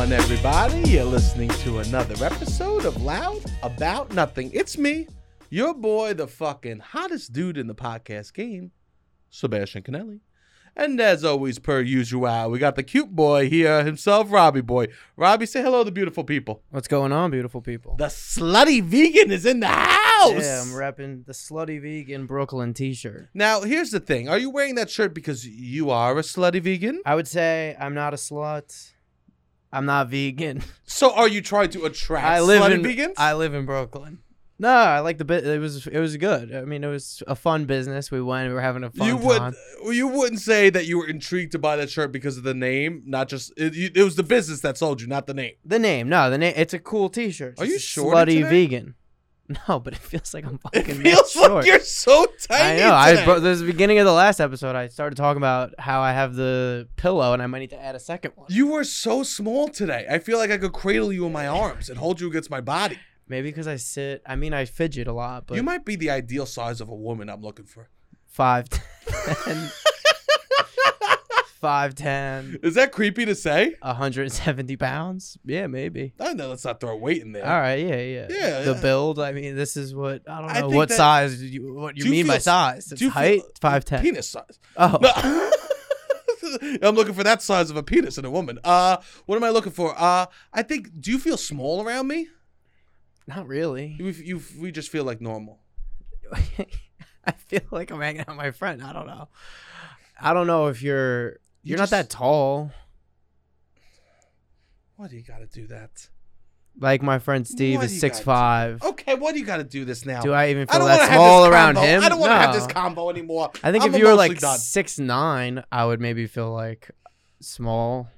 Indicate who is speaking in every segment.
Speaker 1: everybody. You're listening to another episode of Loud About Nothing. It's me, your boy, the fucking hottest dude in the podcast game, Sebastian Canelli. And as always, per usual, we got the cute boy here himself, Robbie Boy. Robbie, say hello to beautiful people.
Speaker 2: What's going on, beautiful people?
Speaker 1: The slutty vegan is in the house.
Speaker 2: Yeah, I'm repping the slutty vegan Brooklyn T-shirt.
Speaker 1: now, here's the thing. Are you wearing that shirt because you are a slutty vegan?
Speaker 2: I would say I'm not a slut. I'm not vegan.
Speaker 1: So are you trying to attract
Speaker 2: I live
Speaker 1: slutty
Speaker 2: in
Speaker 1: vegans?
Speaker 2: I live in Brooklyn. No, I like the bit. It was it was good. I mean, it was a fun business. We went. We were having a fun
Speaker 1: you
Speaker 2: time.
Speaker 1: would you wouldn't say that you were intrigued to buy that shirt because of the name, not just it, you- it was the business that sold you, not the name.
Speaker 2: The name, no, the name. It's a cool T-shirt.
Speaker 1: Are
Speaker 2: It's
Speaker 1: you
Speaker 2: just
Speaker 1: shorted
Speaker 2: slutty
Speaker 1: today?
Speaker 2: vegan? No, but it feels like I'm
Speaker 1: It
Speaker 2: fucking.
Speaker 1: feels
Speaker 2: short.
Speaker 1: like you're so
Speaker 2: I
Speaker 1: tiny.
Speaker 2: know. I
Speaker 1: today.
Speaker 2: bro, this is the beginning of the last episode. I started talking about how I have the pillow, and I might need to add a second one.
Speaker 1: you were so small today. I feel like I could cradle you in my arms and hold you against my body.
Speaker 2: Maybe because I sit. I mean, I fidget a lot, but
Speaker 1: you might be the ideal size of a woman I'm looking for.
Speaker 2: five ten, five ten,
Speaker 1: Is that creepy to say?
Speaker 2: a hundred and seventy pounds. Yeah, maybe.
Speaker 1: I know. Let's not throw weight in there.
Speaker 2: All right. Yeah, yeah.
Speaker 1: Yeah,
Speaker 2: The
Speaker 1: yeah.
Speaker 2: build. I mean, this is what I
Speaker 1: I
Speaker 2: don't know
Speaker 1: think
Speaker 2: what
Speaker 1: that-
Speaker 2: size you what you
Speaker 1: Do you
Speaker 2: mean by
Speaker 1: feel-
Speaker 2: size.
Speaker 1: Do
Speaker 2: It's
Speaker 1: you feel-
Speaker 2: height five ten.
Speaker 1: Penis size.
Speaker 2: Oh,
Speaker 1: No. I'm looking for that size of a penis in a woman. Uh, what am I looking for? Uh, I think. Do you feel small around me?
Speaker 2: not really.
Speaker 1: We, you, we just feel like normal.
Speaker 2: I feel like I'm hanging out with my friend. I don't know. I don't know if you're
Speaker 1: You
Speaker 2: you're
Speaker 1: just-
Speaker 2: not that tall.
Speaker 1: Why do you gotta do that?
Speaker 2: Like my friend Steve
Speaker 1: Why do
Speaker 2: is
Speaker 1: you gotta
Speaker 2: six
Speaker 1: do-
Speaker 2: five.
Speaker 1: Okay, why do you gotta do this now?
Speaker 2: Do I even
Speaker 1: I
Speaker 2: feel
Speaker 1: wanna
Speaker 2: that
Speaker 1: have
Speaker 2: small
Speaker 1: this
Speaker 2: around
Speaker 1: combo.
Speaker 2: him?
Speaker 1: I don't want to have this
Speaker 2: No.
Speaker 1: combo anymore.
Speaker 2: I think
Speaker 1: I'm
Speaker 2: if you were
Speaker 1: emotionally
Speaker 2: like
Speaker 1: done.
Speaker 2: six nine, I would maybe feel like small.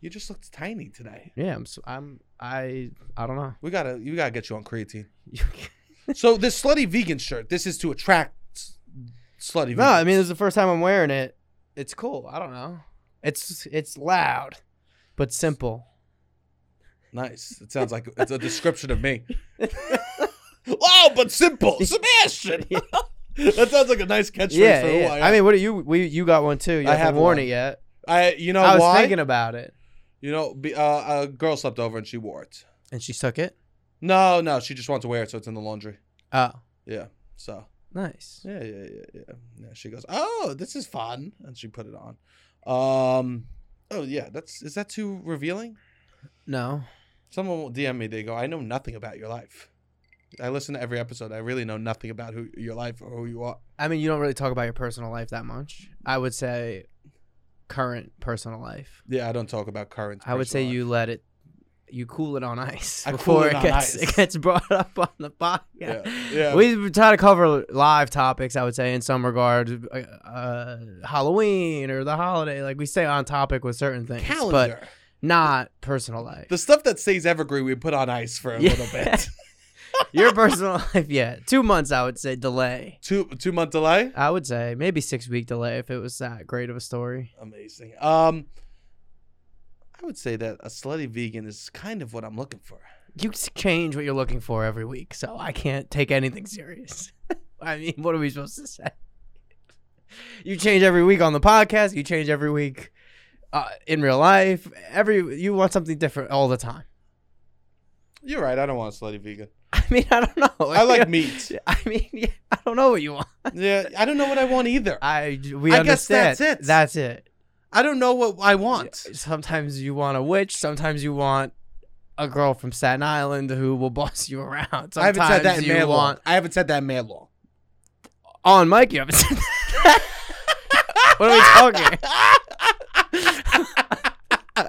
Speaker 1: you just looked tiny today.
Speaker 2: Yeah, I'm. s- I'm. I. I don't know.
Speaker 1: We gotta, you gotta get you on creatine. so this slutty vegan shirt, this is to attract s- slutty.
Speaker 2: no, I
Speaker 1: vegans.
Speaker 2: mean this is the first time I'm wearing it. It's cool. I don't know. It's it's loud, but simple.
Speaker 1: nice. It sounds like it's a description of me. wow, but simple, Sebastian.
Speaker 2: Yeah.
Speaker 1: that sounds like a nice catchphrase
Speaker 2: yeah,
Speaker 1: for who
Speaker 2: yeah.
Speaker 1: I am.
Speaker 2: I mean, what do you? We you got one too? You
Speaker 1: I have
Speaker 2: haven't worn
Speaker 1: one.
Speaker 2: it yet.
Speaker 1: I, you know
Speaker 2: I was
Speaker 1: why?
Speaker 2: thinking about it,
Speaker 1: you know, be, uh, a girl slept over and she wore it.
Speaker 2: and she took it.
Speaker 1: No, no, she just wants to wear it, so it's in the laundry.
Speaker 2: Oh,
Speaker 1: Yeah. So
Speaker 2: nice.
Speaker 1: yeah, yeah, yeah, yeah. yeah she goes, "Oh, this is fun," and she put it on. Um, oh yeah, that's is that too revealing?
Speaker 2: No,
Speaker 1: Someone will DM me. They go, "I know nothing about your life. I listen to every episode. I really know nothing about who your life or who you are."
Speaker 2: I mean you don't really talk about your personal life that much. I would say current personal life.
Speaker 1: Yeah, I don't talk about current.
Speaker 2: I would say
Speaker 1: personal life.
Speaker 2: you let it, you cool it on ice
Speaker 1: I cool
Speaker 2: before
Speaker 1: it
Speaker 2: it,
Speaker 1: on
Speaker 2: gets
Speaker 1: ice.
Speaker 2: it gets brought up on the podcast.
Speaker 1: Yeah, yeah.
Speaker 2: We try to cover live topics, I would say, in some regard, uh, uh, Halloween or the holiday. Like we stay on topic with certain things,
Speaker 1: calendar.
Speaker 2: but not personal life.
Speaker 1: the stuff that stays evergreen, we put on ice for a
Speaker 2: Yeah.
Speaker 1: little bit.
Speaker 2: Your personal life, yeah, two months, I would say, delay.
Speaker 1: two two month delay.
Speaker 2: I would say maybe six week delay if it was that great of a story.
Speaker 1: Amazing. Um, I would say that a slutty vegan is kind of what I'm looking for.
Speaker 2: You s- change what you're looking for every week, so I can't take anything serious. I mean, what are we supposed to say? You change every week on the podcast. You change every week uh, in real life. Every you want something different all the time.
Speaker 1: You're right. I don't want a slutty vegan.
Speaker 2: I mean, I don't know.
Speaker 1: I like meat.
Speaker 2: I mean, yeah, I don't know what you want.
Speaker 1: Yeah, I don't know what I want either.
Speaker 2: I we
Speaker 1: I guess
Speaker 2: understand.
Speaker 1: that's it.
Speaker 2: That's it.
Speaker 1: I don't know what I want.
Speaker 2: Sometimes you want a witch. Sometimes you want a girl from Staten Island who will boss you around. Sometimes
Speaker 1: I haven't said that in
Speaker 2: you
Speaker 1: man
Speaker 2: want
Speaker 1: long. I haven't said that in man long.
Speaker 2: on mic. You haven't said that. what are we talking?
Speaker 1: all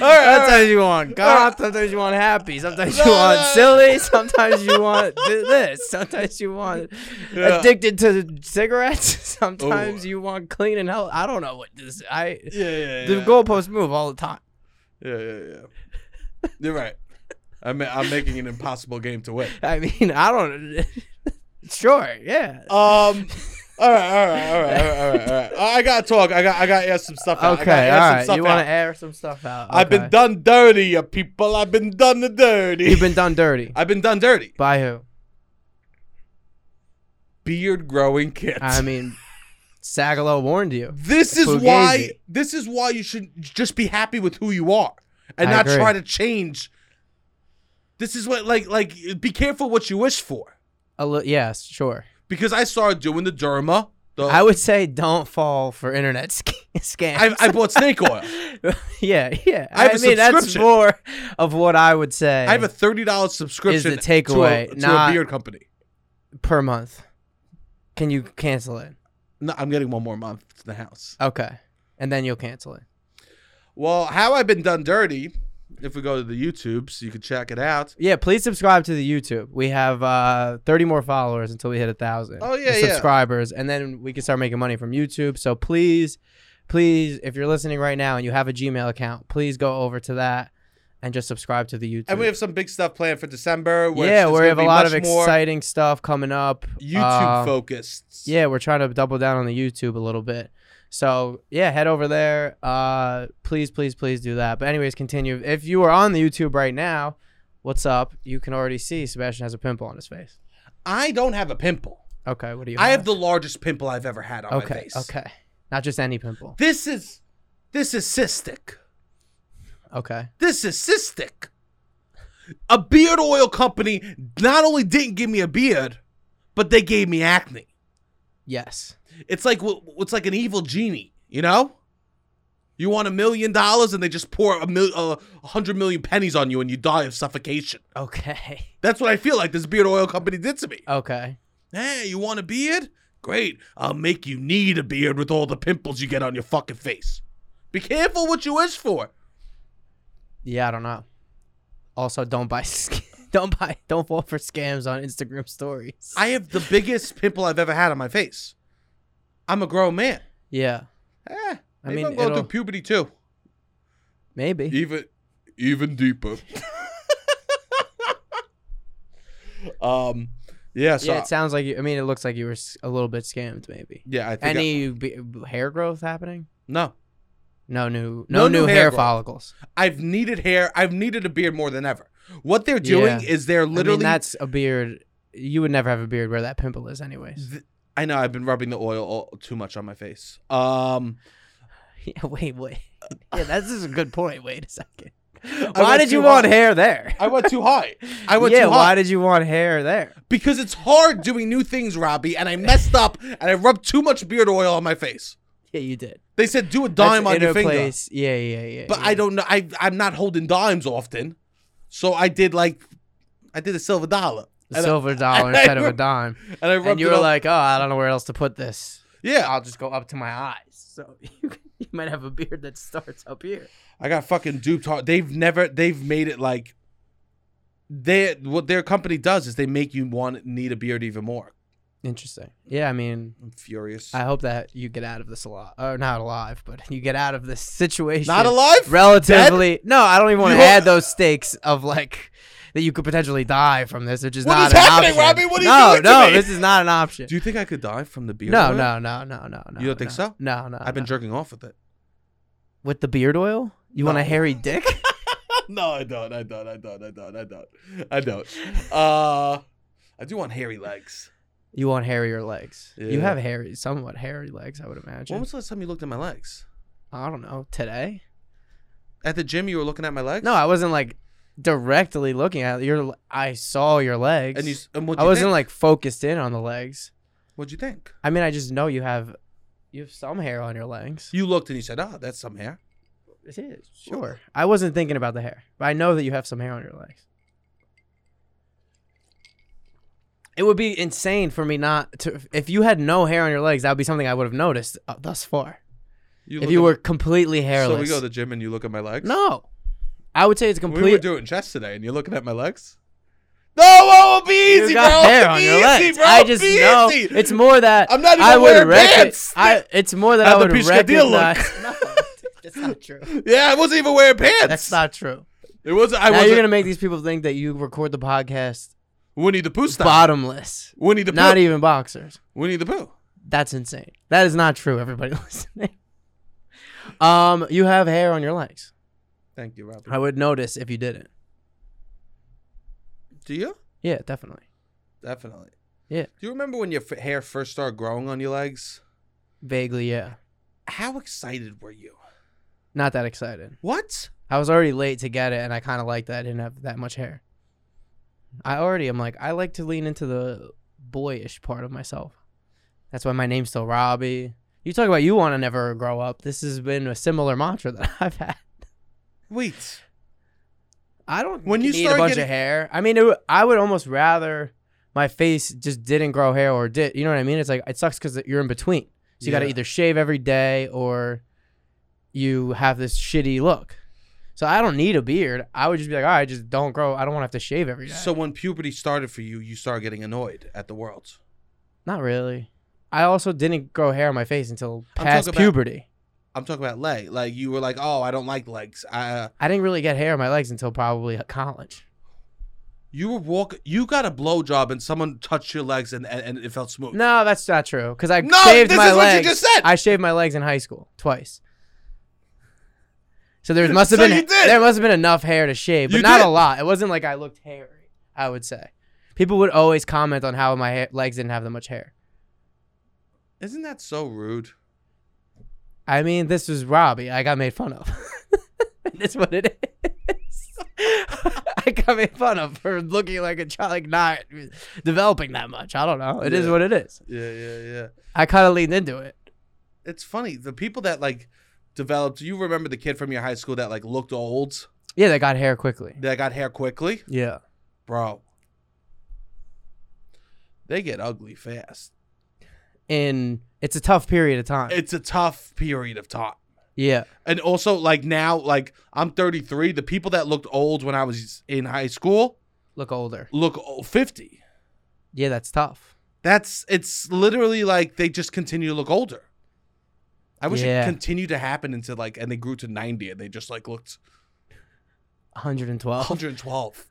Speaker 1: right,
Speaker 2: sometimes you want God.
Speaker 1: right.
Speaker 2: Sometimes you want happy. Sometimes
Speaker 1: No,
Speaker 2: you want
Speaker 1: no.
Speaker 2: silly. Sometimes you want th- this. Sometimes you want
Speaker 1: Yeah.
Speaker 2: addicted to cigarettes. Sometimes
Speaker 1: Ooh.
Speaker 2: you want clean and health. I don't know what this. I
Speaker 1: Yeah, yeah, yeah.
Speaker 2: the goalposts move all the time.
Speaker 1: Yeah, yeah, yeah. You're right. I'm, I'm making an impossible game to win.
Speaker 2: I mean, I don't. sure, yeah.
Speaker 1: Um. All right, all right, all right, all right, all right, all right. I gotta talk. I got, I gotta air some stuff out. Oh, I gotta
Speaker 2: okay,
Speaker 1: air
Speaker 2: all
Speaker 1: some
Speaker 2: right.
Speaker 1: stuff
Speaker 2: You
Speaker 1: out.
Speaker 2: want to air some stuff out?
Speaker 1: I've been
Speaker 2: okay.
Speaker 1: done dirty, you people. I've been done the dirty.
Speaker 2: You've been done dirty
Speaker 1: I've been done dirty.
Speaker 2: by who?
Speaker 1: Beard growing kids.
Speaker 2: I mean, Sagalo warned you.
Speaker 1: this is
Speaker 2: Fugazi.
Speaker 1: why. This is why you should just be happy with who you are. and
Speaker 2: I
Speaker 1: not
Speaker 2: agree.
Speaker 1: try to change. This is what like like be careful what you wish for
Speaker 2: A li- yes, sure.
Speaker 1: because I started doing the derma. The,
Speaker 2: I
Speaker 1: I,
Speaker 2: would say don't fall for internet sc- scams.
Speaker 1: I, bought snake oil.
Speaker 2: yeah, yeah.
Speaker 1: I have a
Speaker 2: mean, that's
Speaker 1: subscription.
Speaker 2: more of what I would say
Speaker 1: I have a thirty dollars subscription to a-
Speaker 2: takeaway,
Speaker 1: to,
Speaker 2: not-
Speaker 1: a beer company.
Speaker 2: per month. Can you cancel it?
Speaker 1: No, I'm getting one more month to the house.
Speaker 2: Okay, and then you'll cancel it.
Speaker 1: Well, how I've been done dirty. If we go to the YouTube, so you can check it out.
Speaker 2: Yeah, please subscribe to the YouTube. We have uh, 30 more followers until we hit a thousand.
Speaker 1: Oh, yeah, yeah.
Speaker 2: subscribers, and then we can start making money from YouTube. So please, please, if you're listening right now and you have a Gmail account, please go over to that and just subscribe to the YouTube.
Speaker 1: And we have some big stuff planned for December. Where
Speaker 2: yeah,
Speaker 1: it's
Speaker 2: we
Speaker 1: gonna
Speaker 2: have a
Speaker 1: be
Speaker 2: lot of
Speaker 1: much more
Speaker 2: exciting stuff coming up.
Speaker 1: YouTube
Speaker 2: Um,
Speaker 1: focused.
Speaker 2: Yeah, we're trying to double down on the YouTube a little bit. So yeah, head over there. Uh, please, please, please do that. But anyways, continue. If you are on the YouTube right now, what's up? You can already see Sebastian has a pimple on his face.
Speaker 1: I don't have a pimple.
Speaker 2: Okay, what do you?
Speaker 1: I have the largest pimple I've ever had on
Speaker 2: okay,
Speaker 1: my face.
Speaker 2: okay, not just any pimple.
Speaker 1: This is this is cystic.
Speaker 2: Okay,
Speaker 1: This is cystic. A beard oil company not only didn't give me a beard, but they gave me acne.
Speaker 2: yes,
Speaker 1: It's like wh- it's like an evil genie, you know? You want a million dollars and they just pour a mil- uh, a hundred million pennies on you and you die of suffocation.
Speaker 2: okay,
Speaker 1: That's what I feel like this beard oil company did to me.
Speaker 2: okay.
Speaker 1: Hey, you want a beard? Great. I'll make you need a beard with all the pimples you get on your fucking face. Be careful what you wish for.
Speaker 2: Yeah, I don't know. Also, don't buy, sc- don't buy, don't fall for scams on Instagram stories.
Speaker 1: I have the biggest pimple I've ever had on my face. I'm a grown man.
Speaker 2: yeah,
Speaker 1: Eh,
Speaker 2: I
Speaker 1: maybe
Speaker 2: mean,
Speaker 1: I'm going
Speaker 2: it'll-
Speaker 1: through puberty too.
Speaker 2: maybe.
Speaker 1: Even even deeper. um yeah, so
Speaker 2: yeah, it sounds like you. I mean, it looks like you were s- a little bit scammed, maybe.
Speaker 1: yeah, I think I-
Speaker 2: Any b- b- hair growth happening?
Speaker 1: no.
Speaker 2: No new,
Speaker 1: No
Speaker 2: no,
Speaker 1: new
Speaker 2: new,
Speaker 1: hair
Speaker 2: hair,
Speaker 1: growth.
Speaker 2: follicles.
Speaker 1: I've needed hair. I've needed a beard more than ever. What they're doing
Speaker 2: Yeah.
Speaker 1: is they're
Speaker 2: Literally,
Speaker 1: literally
Speaker 2: I mean, that's a beard. You would never have a beard where that pimple is, anyways.
Speaker 1: Th- I know I've been rubbing the oil all, too much on my face. Um,
Speaker 2: Yeah, wait, wait. Yeah, that's is a good point. Wait a second.
Speaker 1: went
Speaker 2: Why did you
Speaker 1: too
Speaker 2: want
Speaker 1: high.
Speaker 2: hair there?
Speaker 1: I went too high. I went
Speaker 2: yeah,
Speaker 1: too
Speaker 2: why
Speaker 1: high
Speaker 2: did you want hair there?
Speaker 1: because it's hard doing new things, Robbie. And I messed up and I rubbed too much beard oil on my face.
Speaker 2: Yeah, you did.
Speaker 1: They said do a dime
Speaker 2: That's
Speaker 1: on your
Speaker 2: inner
Speaker 1: finger,
Speaker 2: place. Yeah, yeah, yeah.
Speaker 1: but
Speaker 2: yeah.
Speaker 1: I don't know. I I'm not holding dimes often, so I did like I did a silver dollar
Speaker 2: A
Speaker 1: and
Speaker 2: silver dollar
Speaker 1: and I
Speaker 2: instead of a
Speaker 1: rubbed-
Speaker 2: dime,
Speaker 1: I, and I rubbed
Speaker 2: and you
Speaker 1: it
Speaker 2: were
Speaker 1: on-
Speaker 2: like, uh, "Oh, I don't know where else to put this.
Speaker 1: yeah,
Speaker 2: I'll just go up to my eyes." So you, you might have a beard that starts up here.
Speaker 1: I got fucking duped hard. They've never they've made it like they what their company does is they make you want need a beard even more.
Speaker 2: Interesting. Yeah, I mean,
Speaker 1: I'm furious.
Speaker 2: I hope that you get out of this alive, or not alive, but you get out of this situation.
Speaker 1: Not alive?
Speaker 2: Relatively. No, I don't even want
Speaker 1: You
Speaker 2: to
Speaker 1: ho-
Speaker 2: add those stakes of like that you could potentially die from this, which is
Speaker 1: What
Speaker 2: not
Speaker 1: is
Speaker 2: an
Speaker 1: happening,
Speaker 2: option.
Speaker 1: Robbie? What are you
Speaker 2: no,
Speaker 1: doing to
Speaker 2: no,
Speaker 1: me?
Speaker 2: this is not an option.
Speaker 1: Do you think I could die from the beard?
Speaker 2: no,
Speaker 1: oil?
Speaker 2: no, no, no, no, no.
Speaker 1: You don't think
Speaker 2: no.
Speaker 1: so?
Speaker 2: No, no.
Speaker 1: I've been
Speaker 2: no.
Speaker 1: jerking off with it.
Speaker 2: with the beard oil. You want
Speaker 1: No.
Speaker 2: a hairy dick?
Speaker 1: no, I don't. I don't. I don't. I don't. I don't. I don't. Uh, I do want hairy legs.
Speaker 2: you want hairier legs? You
Speaker 1: Yeah.
Speaker 2: have hairy, somewhat hairy legs, I would
Speaker 1: When
Speaker 2: imagine.
Speaker 1: was the last time you looked at my legs?
Speaker 2: I don't know. Today?
Speaker 1: At the gym, you were looking at my legs.
Speaker 2: No, I wasn't like directly looking at your. I saw your legs.
Speaker 1: and you. s- And what
Speaker 2: I
Speaker 1: you
Speaker 2: wasn't
Speaker 1: think?
Speaker 2: like focused in on the legs.
Speaker 1: What'd you think?
Speaker 2: I mean, I just know you have you have some hair on your legs.
Speaker 1: You looked and you said, "Ah, that's some hair."
Speaker 2: It is sure. I wasn't thinking about the hair, but I know that you have some hair on your legs. It would be insane for me not to. If you had no hair on your legs, that would be something I would have noticed uh, thus far.
Speaker 1: You
Speaker 2: if
Speaker 1: look
Speaker 2: you
Speaker 1: at-
Speaker 2: were completely hairless,
Speaker 1: So we go to the gym and you look at my legs.
Speaker 2: no, I would say it's complete.
Speaker 1: We were doing chest today, and you're looking at my legs. No, oh, be
Speaker 2: you
Speaker 1: easy,
Speaker 2: got
Speaker 1: bro.
Speaker 2: hair
Speaker 1: be
Speaker 2: on your
Speaker 1: easy,
Speaker 2: legs.
Speaker 1: bro.
Speaker 2: I just
Speaker 1: be
Speaker 2: know
Speaker 1: easy.
Speaker 2: it's more that
Speaker 1: I'm not even
Speaker 2: I would
Speaker 1: wearing
Speaker 2: recog-
Speaker 1: pants.
Speaker 2: I, it's more that
Speaker 1: Not
Speaker 2: I
Speaker 1: the
Speaker 2: would
Speaker 1: Piscadillo look.
Speaker 2: recognize. no, that's not true.
Speaker 1: yeah, I wasn't even wearing pants.
Speaker 2: That's not true.
Speaker 1: It was. I
Speaker 2: now
Speaker 1: was
Speaker 2: you're gonna make these people think that you record the podcast
Speaker 1: Winnie the Pooh style.
Speaker 2: bottomless,
Speaker 1: Winnie the Pooh.
Speaker 2: not even boxers.
Speaker 1: Winnie the Pooh.
Speaker 2: That's insane. That is not true. Everybody listening. Um, you have hair on your legs.
Speaker 1: Thank you, Robert.
Speaker 2: I would notice if you didn't.
Speaker 1: Do you?
Speaker 2: Yeah, definitely.
Speaker 1: Definitely.
Speaker 2: Yeah.
Speaker 1: Do you remember when your f- hair first started growing on your legs?
Speaker 2: Vaguely, yeah.
Speaker 1: How excited were you?
Speaker 2: Not that excited.
Speaker 1: What?
Speaker 2: I was already late to get it, and I kind of liked that I didn't have that much hair. I already am like I like to lean into the boyish part of myself. That's why my name's still Robbie. You talk about you want to never grow up. This has been a similar mantra that I've had.
Speaker 1: Wait.
Speaker 2: I don't
Speaker 1: When you
Speaker 2: need
Speaker 1: start
Speaker 2: a bunch
Speaker 1: getting-
Speaker 2: of hair. I mean, it, would- I would almost rather my face just didn't grow hair or did. You know what I mean? It's like it sucks because you're in between. So you got to
Speaker 1: Yeah.
Speaker 2: either shave every day or you have this shitty look. So I don't need a beard. I would just be like, all right, just don't grow. I don't want to have to shave every day.
Speaker 1: So when puberty started for you, you started getting annoyed at the world.
Speaker 2: not really. I also didn't grow hair on my face until
Speaker 1: I'm
Speaker 2: past
Speaker 1: talking about-
Speaker 2: puberty.
Speaker 1: I'm talking about leg. Like you were like, oh, I don't like legs. I, uh,
Speaker 2: I didn't really get hair on my legs until probably college.
Speaker 1: you were walk. You got a blowjob and someone touched your legs and, and, and it felt smooth.
Speaker 2: No, that's not true. Because I
Speaker 1: No,
Speaker 2: shaved
Speaker 1: this
Speaker 2: my
Speaker 1: is what you
Speaker 2: legs.
Speaker 1: just said.
Speaker 2: I shaved my legs in high school twice. So there must have
Speaker 1: So
Speaker 2: been
Speaker 1: you did.
Speaker 2: there must have been enough hair to shave, but
Speaker 1: You
Speaker 2: not
Speaker 1: did.
Speaker 2: a lot. It wasn't like I looked hairy. I would say people would always comment on how my hair, legs didn't have that much hair.
Speaker 1: Isn't that so rude?
Speaker 2: I mean, this was Robbie. I got made fun of. That's what it is. I got made fun of for looking like a child, like not developing that much. I don't know. It is
Speaker 1: Yeah.
Speaker 2: what it is.
Speaker 1: Yeah, yeah, yeah.
Speaker 2: I kind of leaned into it.
Speaker 1: It's funny the people that like developed. You remember the kid from your high school that like looked old,
Speaker 2: Yeah, they got hair quickly.
Speaker 1: that got hair quickly,
Speaker 2: Yeah.
Speaker 1: bro. They get ugly fast.
Speaker 2: in it's a tough period of time.
Speaker 1: It's a tough period of time.
Speaker 2: yeah.
Speaker 1: and also like now like i'm 33 the people that looked old when i was in high school
Speaker 2: Look older.
Speaker 1: look o- 50
Speaker 2: Yeah, that's tough.
Speaker 1: that's it's literally like they just continue to look older i wish
Speaker 2: Yeah.
Speaker 1: it continued to happen until like and they grew to 90 and they just like looked Oh.
Speaker 2: 112.
Speaker 1: 112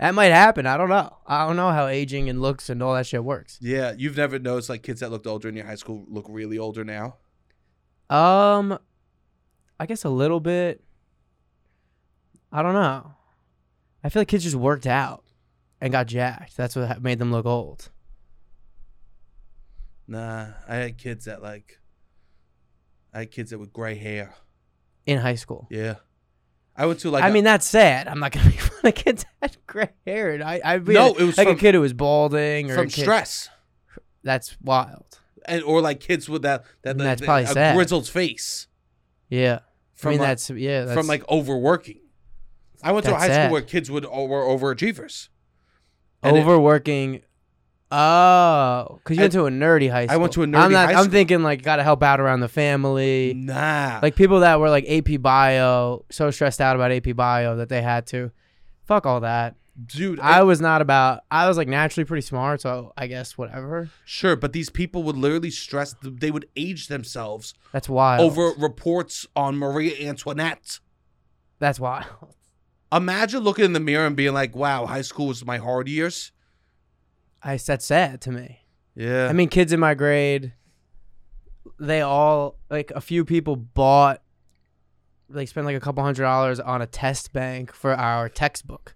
Speaker 2: that might happen. I don't know. I don't know how aging and looks and all that shit works.
Speaker 1: yeah you've never noticed like kids that looked older in your high school look really older now
Speaker 2: Um I guess a little bit. I don't know. I feel like kids just worked out and got jacked. That's what ha- made them look old.
Speaker 1: nah i had kids that like i had kids that with gray hair
Speaker 2: In high school.
Speaker 1: yeah i went to like
Speaker 2: I
Speaker 1: a-
Speaker 2: mean, that's sad. I'm not gonna make fun of kids that had gray hair. And I, I'd be
Speaker 1: No, it was
Speaker 2: like
Speaker 1: from-
Speaker 2: a kid who was balding or a
Speaker 1: from
Speaker 2: kid-
Speaker 1: stress
Speaker 2: That's wild.
Speaker 1: and or like kids with that that,
Speaker 2: And
Speaker 1: that
Speaker 2: that's
Speaker 1: that-
Speaker 2: probably
Speaker 1: a
Speaker 2: sad.
Speaker 1: grizzled face
Speaker 2: Yeah.
Speaker 1: from
Speaker 2: I mean,
Speaker 1: like,
Speaker 2: that's yeah. That's,
Speaker 1: from like overworking. I went to a
Speaker 2: That's
Speaker 1: high
Speaker 2: sad.
Speaker 1: school where kids would were overachievers. and it-
Speaker 2: overworking. oh, because you went
Speaker 1: And-
Speaker 2: to a nerdy high school.
Speaker 1: I went to a
Speaker 2: I'm
Speaker 1: nerdy high
Speaker 2: I'm
Speaker 1: school.
Speaker 2: thinking like gotta help out around the family.
Speaker 1: Nah,
Speaker 2: Like people that were like AP Bio, so stressed out about AP Bio that they had to. Fuck all that.
Speaker 1: dude, I,
Speaker 2: I was not about. I was like naturally pretty smart, so I guess whatever.
Speaker 1: sure, but these people would literally stress. They would age themselves
Speaker 2: That's wild.
Speaker 1: over reports on Maria Antoinette.
Speaker 2: That's wild.
Speaker 1: Imagine looking in the mirror and being like, "Wow, high school was my hard years."
Speaker 2: I that's sad to me.
Speaker 1: Yeah,
Speaker 2: I mean, kids in my grade, they all like a few people bought, like spent like a couple hundred dollars on a test bank for our textbook.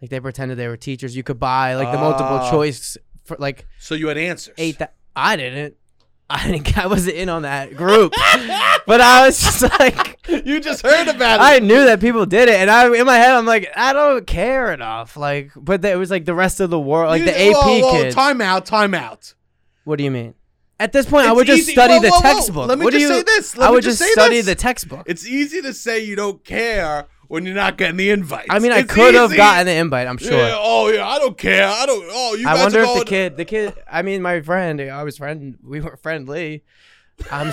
Speaker 2: Like they pretended they were teachers. You could buy like the multiple
Speaker 1: Ah.
Speaker 2: choice for like
Speaker 1: so you had answers.
Speaker 2: eight. Th- I didn't. I didn't. I wasn't in on that group, but I was just like.
Speaker 1: you just heard about it.
Speaker 2: I knew that people did it, and I in my head I'm like, I don't care enough. Like, but it was like the rest of the world, like
Speaker 1: You-
Speaker 2: the AP
Speaker 1: whoa, whoa,
Speaker 2: kids.
Speaker 1: Time out. Time out.
Speaker 2: What do you mean? At this point, I
Speaker 1: It's
Speaker 2: would just
Speaker 1: easy-
Speaker 2: study
Speaker 1: whoa,
Speaker 2: the
Speaker 1: whoa, whoa.
Speaker 2: textbook.
Speaker 1: Let me
Speaker 2: what do
Speaker 1: just
Speaker 2: you,
Speaker 1: say this. Let
Speaker 2: I
Speaker 1: me
Speaker 2: would
Speaker 1: just
Speaker 2: just,
Speaker 1: say
Speaker 2: study
Speaker 1: this.
Speaker 2: the textbook.
Speaker 1: It's easy to say you don't care when you're not getting the invite.
Speaker 2: I mean, I could have gotten the invite. I'm sure.
Speaker 1: Yeah, oh yeah, I don't care. I don't. Oh, you.
Speaker 2: I
Speaker 1: guys are
Speaker 2: wonder if the
Speaker 1: going-
Speaker 2: kid, the kid. I mean, my friend. I was friend. We were friendly. I'm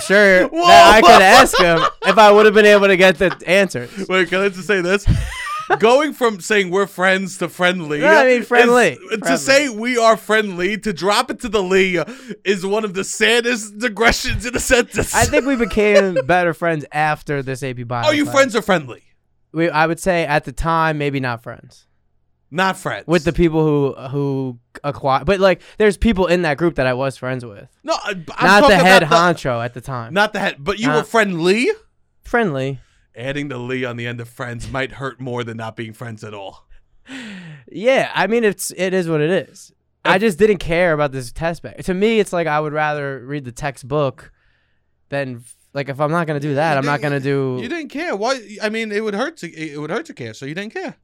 Speaker 2: sure
Speaker 1: Whoa.
Speaker 2: that I could ask him if I would have been able to get the answers.
Speaker 1: Wait, can I just say this? Going from saying we're friends to friendly.
Speaker 2: Yeah, I mean,
Speaker 1: is-
Speaker 2: friendly. Friendly.
Speaker 1: To say we are friendly to drop it to the Lee is one of the saddest digressions in a sentence.
Speaker 2: I think we became better friends after this AP bio.
Speaker 1: Are you
Speaker 2: class.
Speaker 1: friends or friendly?
Speaker 2: We, I would say at the time, maybe not friends.
Speaker 1: Not friends.
Speaker 2: with the people who who acquire but like there's people in that group that I was friends with.
Speaker 1: no, I- I'm
Speaker 2: not the
Speaker 1: talking
Speaker 2: head
Speaker 1: about
Speaker 2: honcho Uh. at the time.
Speaker 1: Not the head, but you
Speaker 2: Nah.
Speaker 1: were friendly.
Speaker 2: Friendly.
Speaker 1: Adding the Lee on the end of friends might hurt more than not being friends at all.
Speaker 2: Yeah, I mean it's it is what it is. I just didn't care about this test back. To me it's like I would rather read the textbook than f- like if I'm not gonna do that, I'm not gonna
Speaker 1: You
Speaker 2: do.
Speaker 1: didn't care. Why? I mean, it would hurt to it would hurt to care. So you didn't care.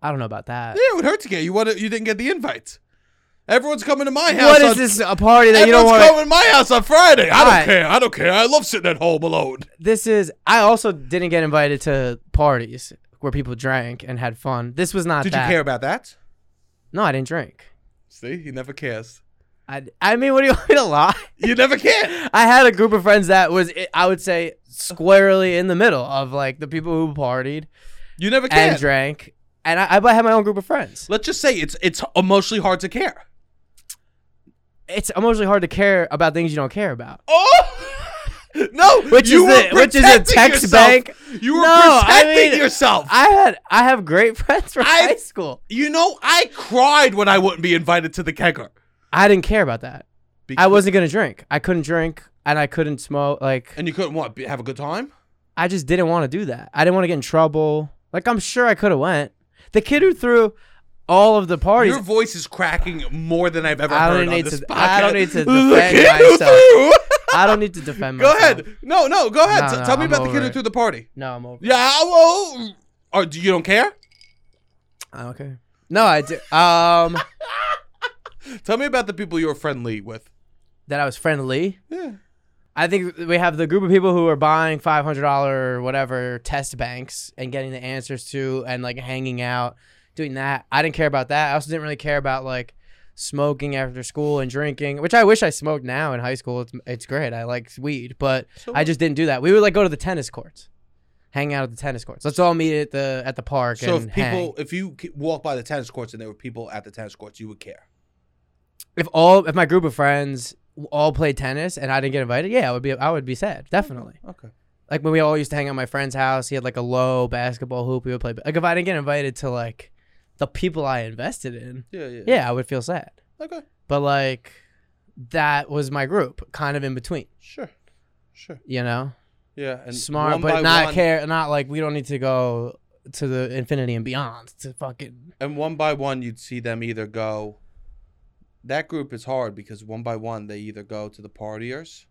Speaker 2: I don't know about that.
Speaker 1: Yeah, it would hurt to care. You want you didn't get the invites. Everyone's coming to my house.
Speaker 2: What
Speaker 1: on-
Speaker 2: is this? A party that you don't
Speaker 1: Everyone's
Speaker 2: want? to
Speaker 1: coming to my house on Friday. I don't
Speaker 2: Alright.
Speaker 1: care. I don't care. I love sitting at home alone.
Speaker 2: This is. I also didn't get invited to parties where people drank and had fun. This was not
Speaker 1: Did
Speaker 2: that.
Speaker 1: you care about that?
Speaker 2: No, I didn't drink.
Speaker 1: See, he never cares.
Speaker 2: I, I mean, what do you want me to lie?
Speaker 1: You never care.
Speaker 2: I had a group of friends that was, I would say, squarely in the middle of like the people who partied
Speaker 1: You never
Speaker 2: and
Speaker 1: cared.
Speaker 2: drank, and I, I had my own group of friends.
Speaker 1: Let's just say it's it's emotionally hard to care.
Speaker 2: It's emotionally hard to care about things you don't care about.
Speaker 1: Oh no!
Speaker 2: Which
Speaker 1: you
Speaker 2: is
Speaker 1: were
Speaker 2: a, which is a
Speaker 1: protecting
Speaker 2: text
Speaker 1: yourself.
Speaker 2: bank.
Speaker 1: You were
Speaker 2: No, I
Speaker 1: protecting
Speaker 2: mean-
Speaker 1: yourself.
Speaker 2: I had I have great friends from
Speaker 1: I-
Speaker 2: high school.
Speaker 1: you know, I cried when I wouldn't be invited to the kegger.
Speaker 2: I didn't care about that. I
Speaker 1: Because-
Speaker 2: wasn't gonna drink. I couldn't drink and I couldn't smoke. Like
Speaker 1: And you couldn't what? be- Have a good time?
Speaker 2: I just didn't want to do that. I didn't want to get in trouble. Like I'm sure I could have went. The kid who threw all of the parties.
Speaker 1: Your voice is cracking more than I've ever
Speaker 2: I don't
Speaker 1: heard
Speaker 2: need
Speaker 1: on this
Speaker 2: to-
Speaker 1: podcast.
Speaker 2: I don't need to
Speaker 1: The
Speaker 2: defend
Speaker 1: kid who
Speaker 2: myself.
Speaker 1: threw-
Speaker 2: I don't need to defend
Speaker 1: go
Speaker 2: myself.
Speaker 1: ahead. No, no, go ahead.
Speaker 2: No,
Speaker 1: T-
Speaker 2: no,
Speaker 1: Tell me
Speaker 2: I'm
Speaker 1: about the kid
Speaker 2: over
Speaker 1: who
Speaker 2: it.
Speaker 1: through the party.
Speaker 2: No, I'm over. it.
Speaker 1: Yeah, well, or do you don't care?
Speaker 2: I don't care. No, I do. Um,
Speaker 1: Tell me about the people you were friendly with.
Speaker 2: that I was friendly.
Speaker 1: Yeah.
Speaker 2: I think we have the group of people who are buying five hundred dollar whatever test banks and getting the answers to and like hanging out, doing that. I didn't care about that. I also didn't really care about like smoking after school and drinking, which I wish I smoked now in high school. It's, it's great. I like weed, but
Speaker 1: So
Speaker 2: I just didn't do that. We would like go to the tennis courts, hang out at the tennis courts. Let's all meet at the at the park.
Speaker 1: So if
Speaker 2: and
Speaker 1: people,
Speaker 2: hang.
Speaker 1: if you c- walk by the tennis courts and there were people at the tennis courts, you would care.
Speaker 2: if all if my group of friends all played tennis and I didn't get invited, yeah, I would be I would be sad, definitely.
Speaker 1: Okay.
Speaker 2: Like when we all used to hang out at my friend's house, he had like a low basketball hoop. We would play. Like if I didn't get invited to like the people I invested in,
Speaker 1: Yeah, yeah.
Speaker 2: yeah, I would feel sad.
Speaker 1: Okay.
Speaker 2: But like that was my group, kind of in between,
Speaker 1: Sure. Sure.
Speaker 2: you know,
Speaker 1: Yeah. And
Speaker 2: smart
Speaker 1: one
Speaker 2: but
Speaker 1: by
Speaker 2: not
Speaker 1: one-
Speaker 2: care, not like we don't need to go to the infinity and beyond to fucking.
Speaker 1: And one by one, you'd see them either go. That group is hard because one by one, they either go to the partiers,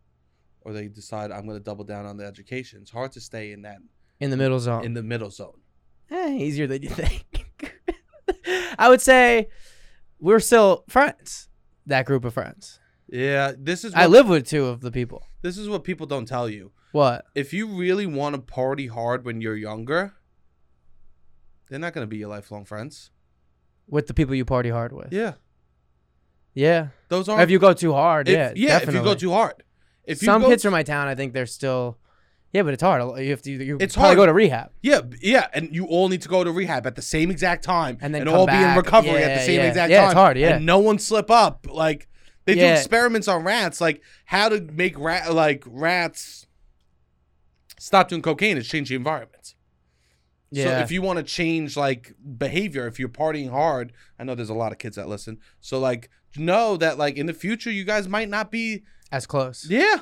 Speaker 1: or they decide I'm going to double down on the education. It's hard to stay in that
Speaker 2: In the middle zone.
Speaker 1: in the middle zone.
Speaker 2: eh, easier than you think. I would say we're still friends. That group of friends.
Speaker 1: Yeah, this is what,
Speaker 2: I live with two of the people.
Speaker 1: this is what people don't tell you.
Speaker 2: What?
Speaker 1: If you really want to party hard when you're younger, they're not going to be your lifelong friends.
Speaker 2: With the people you party hard with.
Speaker 1: Yeah,
Speaker 2: Yeah.
Speaker 1: those
Speaker 2: Or
Speaker 1: are
Speaker 2: if you go too hard,
Speaker 1: if-
Speaker 2: yeah. definitely.
Speaker 1: if you go too hard. If you
Speaker 2: Some
Speaker 1: go
Speaker 2: kids from my town, I think they're still. Yeah, but it's hard. You have to. You
Speaker 1: It's
Speaker 2: probably
Speaker 1: hard.
Speaker 2: go to rehab.
Speaker 1: Yeah, b- yeah, and you all need to go to rehab at the same exact time,
Speaker 2: And then come
Speaker 1: all be in
Speaker 2: back.
Speaker 1: recovery at the
Speaker 2: Yeah,
Speaker 1: same
Speaker 2: yeah.
Speaker 1: exact
Speaker 2: Yeah,
Speaker 1: time.
Speaker 2: it's hard, yeah.
Speaker 1: and no one slip up. Like they
Speaker 2: Yeah.
Speaker 1: do experiments on rats, like how to make rat like rats stop doing cocaine is change the environment.
Speaker 2: Yeah.
Speaker 1: So if you want to change like behavior, if you're partying hard, I know there's a lot of kids that listen. So like know that like in the future you guys might not be
Speaker 2: As close.
Speaker 1: yeah.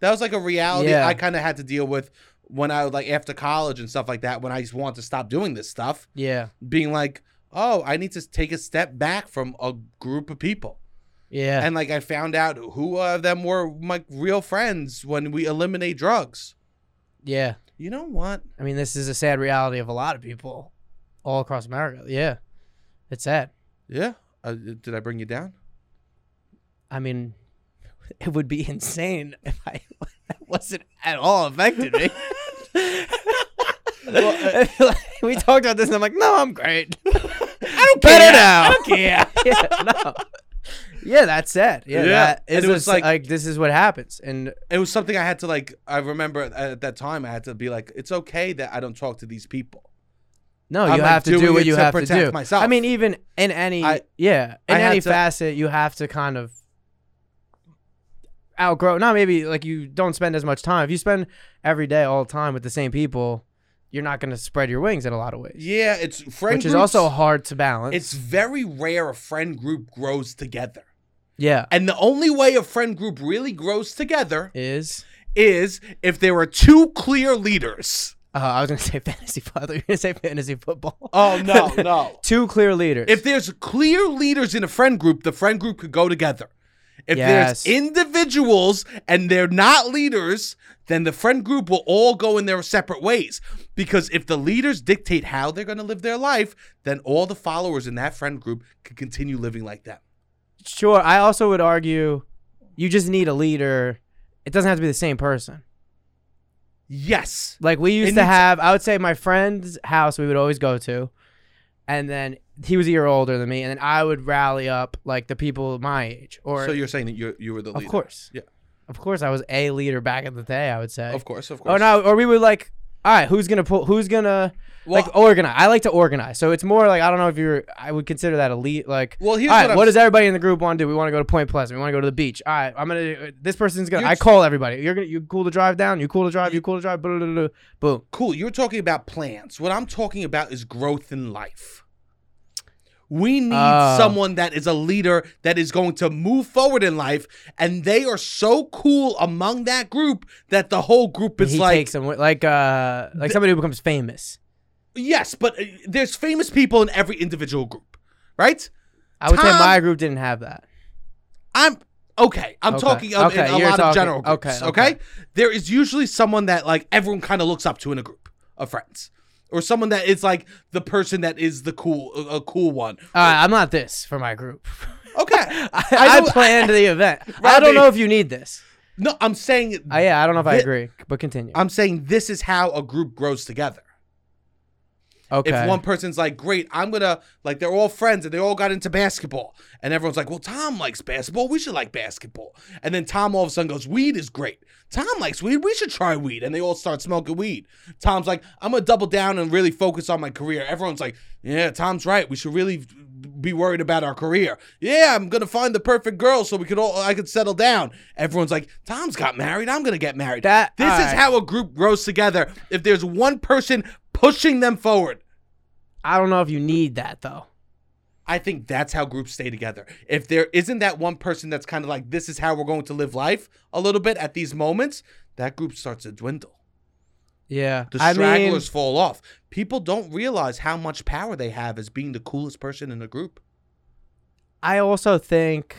Speaker 1: That was like a reality
Speaker 2: Yeah.
Speaker 1: I kind of had to deal with when I was like after college and stuff like that, when I just wanted to stop doing this stuff,
Speaker 2: Yeah.
Speaker 1: being like, oh, I need to take a step back from a group of people.
Speaker 2: Yeah.
Speaker 1: And like I found out who of them were my real friends when we eliminate drugs.
Speaker 2: yeah.
Speaker 1: You know what?
Speaker 2: I mean, this is a sad reality of a lot of people all across America. Yeah. It's sad.
Speaker 1: Yeah. Uh, did I bring you down?
Speaker 2: I mean, it would be insane if I wasn't at all affected me.
Speaker 1: Well, uh,
Speaker 2: we talked about this, and I'm like, no, I'm great. I
Speaker 1: care.
Speaker 2: don't Better
Speaker 1: I
Speaker 2: now.
Speaker 1: don't care.
Speaker 2: yeah, no. yeah, that's it. Yeah,
Speaker 1: Yeah,
Speaker 2: that
Speaker 1: and
Speaker 2: is
Speaker 1: it was
Speaker 2: just,
Speaker 1: like-
Speaker 2: like, this is what happens, and
Speaker 1: It was something I had to like. I remember at that time I had to be like, it's okay that I don't talk to these people.
Speaker 2: no,
Speaker 1: I'm,
Speaker 2: you
Speaker 1: like,
Speaker 2: have to
Speaker 1: doing
Speaker 2: do
Speaker 1: it
Speaker 2: what you
Speaker 1: to
Speaker 2: have to
Speaker 1: protect
Speaker 2: do.
Speaker 1: myself.
Speaker 2: I mean, even in any
Speaker 1: I-
Speaker 2: yeah, in
Speaker 1: I had
Speaker 2: any
Speaker 1: to-
Speaker 2: facet, you have to kind of outgrow. Not maybe like you don't spend as much time. If you spend every day all the time with the same people, you're not going to spread your wings in a lot of ways,
Speaker 1: Yeah, it's friend
Speaker 2: which is
Speaker 1: groups-
Speaker 2: also hard to balance.
Speaker 1: It's very rare a friend group grows together.
Speaker 2: yeah,
Speaker 1: And the only way a friend group really grows together
Speaker 2: is.
Speaker 1: is if there are two clear leaders.
Speaker 2: Uh, I was gonna say fantasy. I thought you were gonna say fantasy football.
Speaker 1: Oh, no, no.
Speaker 2: Two clear leaders.
Speaker 1: If there's clear leaders in a friend group, the friend group could go together. If
Speaker 2: Yes.
Speaker 1: there's individuals and they're not leaders, then the friend group will all go in their separate ways. Because if the leaders dictate how they're going to live their life, then all the followers in that friend group can continue living like that.
Speaker 2: Sure. I also would argue you just need a leader. It doesn't have to be the same person.
Speaker 1: Yes.
Speaker 2: Like we used
Speaker 1: It
Speaker 2: to
Speaker 1: needs-
Speaker 2: have, I would say my friend's house we would always go to, and then he was a year older than me, and then I would rally up like the people my age. Or
Speaker 1: so you're saying that you you were the leader.
Speaker 2: of course,
Speaker 1: Yeah.
Speaker 2: of course, I was a leader back in the day. I would say.
Speaker 1: Of course, of course.
Speaker 2: Or Oh, no, or we would like, all right, who's gonna pull? Who's gonna
Speaker 1: Well-
Speaker 2: like oh, organize? I like to organize, so it's more like I don't know if you're. I would consider that elite. Like,
Speaker 1: Well, here's
Speaker 2: all right,
Speaker 1: what I'm
Speaker 2: what, does everybody in the group want to do? We want to go to Point Pleasant. We want to go to the beach. All right, I'm gonna. This person's gonna.
Speaker 1: You're
Speaker 2: I
Speaker 1: tr-
Speaker 2: call everybody. You're gonna. You cool to drive down. You cool to drive. You cool to drive. Blah, blah, blah, blah. Boom.
Speaker 1: cool. You're talking about plans. What I'm talking about is growth in life. We need
Speaker 2: Oh.
Speaker 1: someone that is a leader that is going to move forward in life, and they are so cool among that group that the whole group is
Speaker 2: he
Speaker 1: like,
Speaker 2: takes them like uh like somebody who becomes famous.
Speaker 1: yes, but uh, there's famous people in every individual group, right?
Speaker 2: I would say
Speaker 1: Tom-
Speaker 2: my group didn't have that.
Speaker 1: I'm okay. I'm
Speaker 2: Okay.
Speaker 1: talking of in
Speaker 2: Okay,
Speaker 1: a
Speaker 2: you're
Speaker 1: lot of
Speaker 2: talking-
Speaker 1: general groups.
Speaker 2: okay,
Speaker 1: Okay,
Speaker 2: okay.
Speaker 1: There is usually someone that like everyone kind of looks up to in a group of friends, or someone that is like the person that is the cool, a a cool one.
Speaker 2: All right, Uh, I'm not this for my group.
Speaker 1: Okay,
Speaker 2: I,
Speaker 1: I
Speaker 2: I,
Speaker 1: don't-
Speaker 2: planned the event. I don't
Speaker 1: Robbie.
Speaker 2: know if you need this.
Speaker 1: no, I'm saying
Speaker 2: I,
Speaker 1: I,
Speaker 2: yeah, I don't know if I
Speaker 1: Thi-
Speaker 2: agree, but continue.
Speaker 1: am saying this is how a group grows together.
Speaker 2: okay.
Speaker 1: If one person's like, "Great, I'm gonna like," they're all friends and they all got into basketball, and everyone's like, "Well, Tom likes basketball. We should like basketball." And then Tom all of a sudden goes, "Weed is great. Tom likes weed. We should try weed." And they all start smoking weed. Tom's like, "I'm gonna double down and really focus on my career." Everyone's like, "Yeah, Tom's right. We should really be worried about our career. Yeah, I'm gonna find the perfect girl so we could all I could settle down." Everyone's like, "Tom's got married. I'm gonna get married."
Speaker 2: That-
Speaker 1: this
Speaker 2: all
Speaker 1: is
Speaker 2: right.
Speaker 1: how a group grows together. If there's one person pushing them forward.
Speaker 2: I don't know if you need that though.
Speaker 1: I think that's how groups stay together. If there isn't that one person that's kind of like, this is how we're going to live life a little bit at these moments, that group starts to dwindle.
Speaker 2: Yeah.
Speaker 1: The
Speaker 2: I mean,
Speaker 1: stragglers fall off. People don't realize how much power they have as being the coolest person in the group.
Speaker 2: I also think.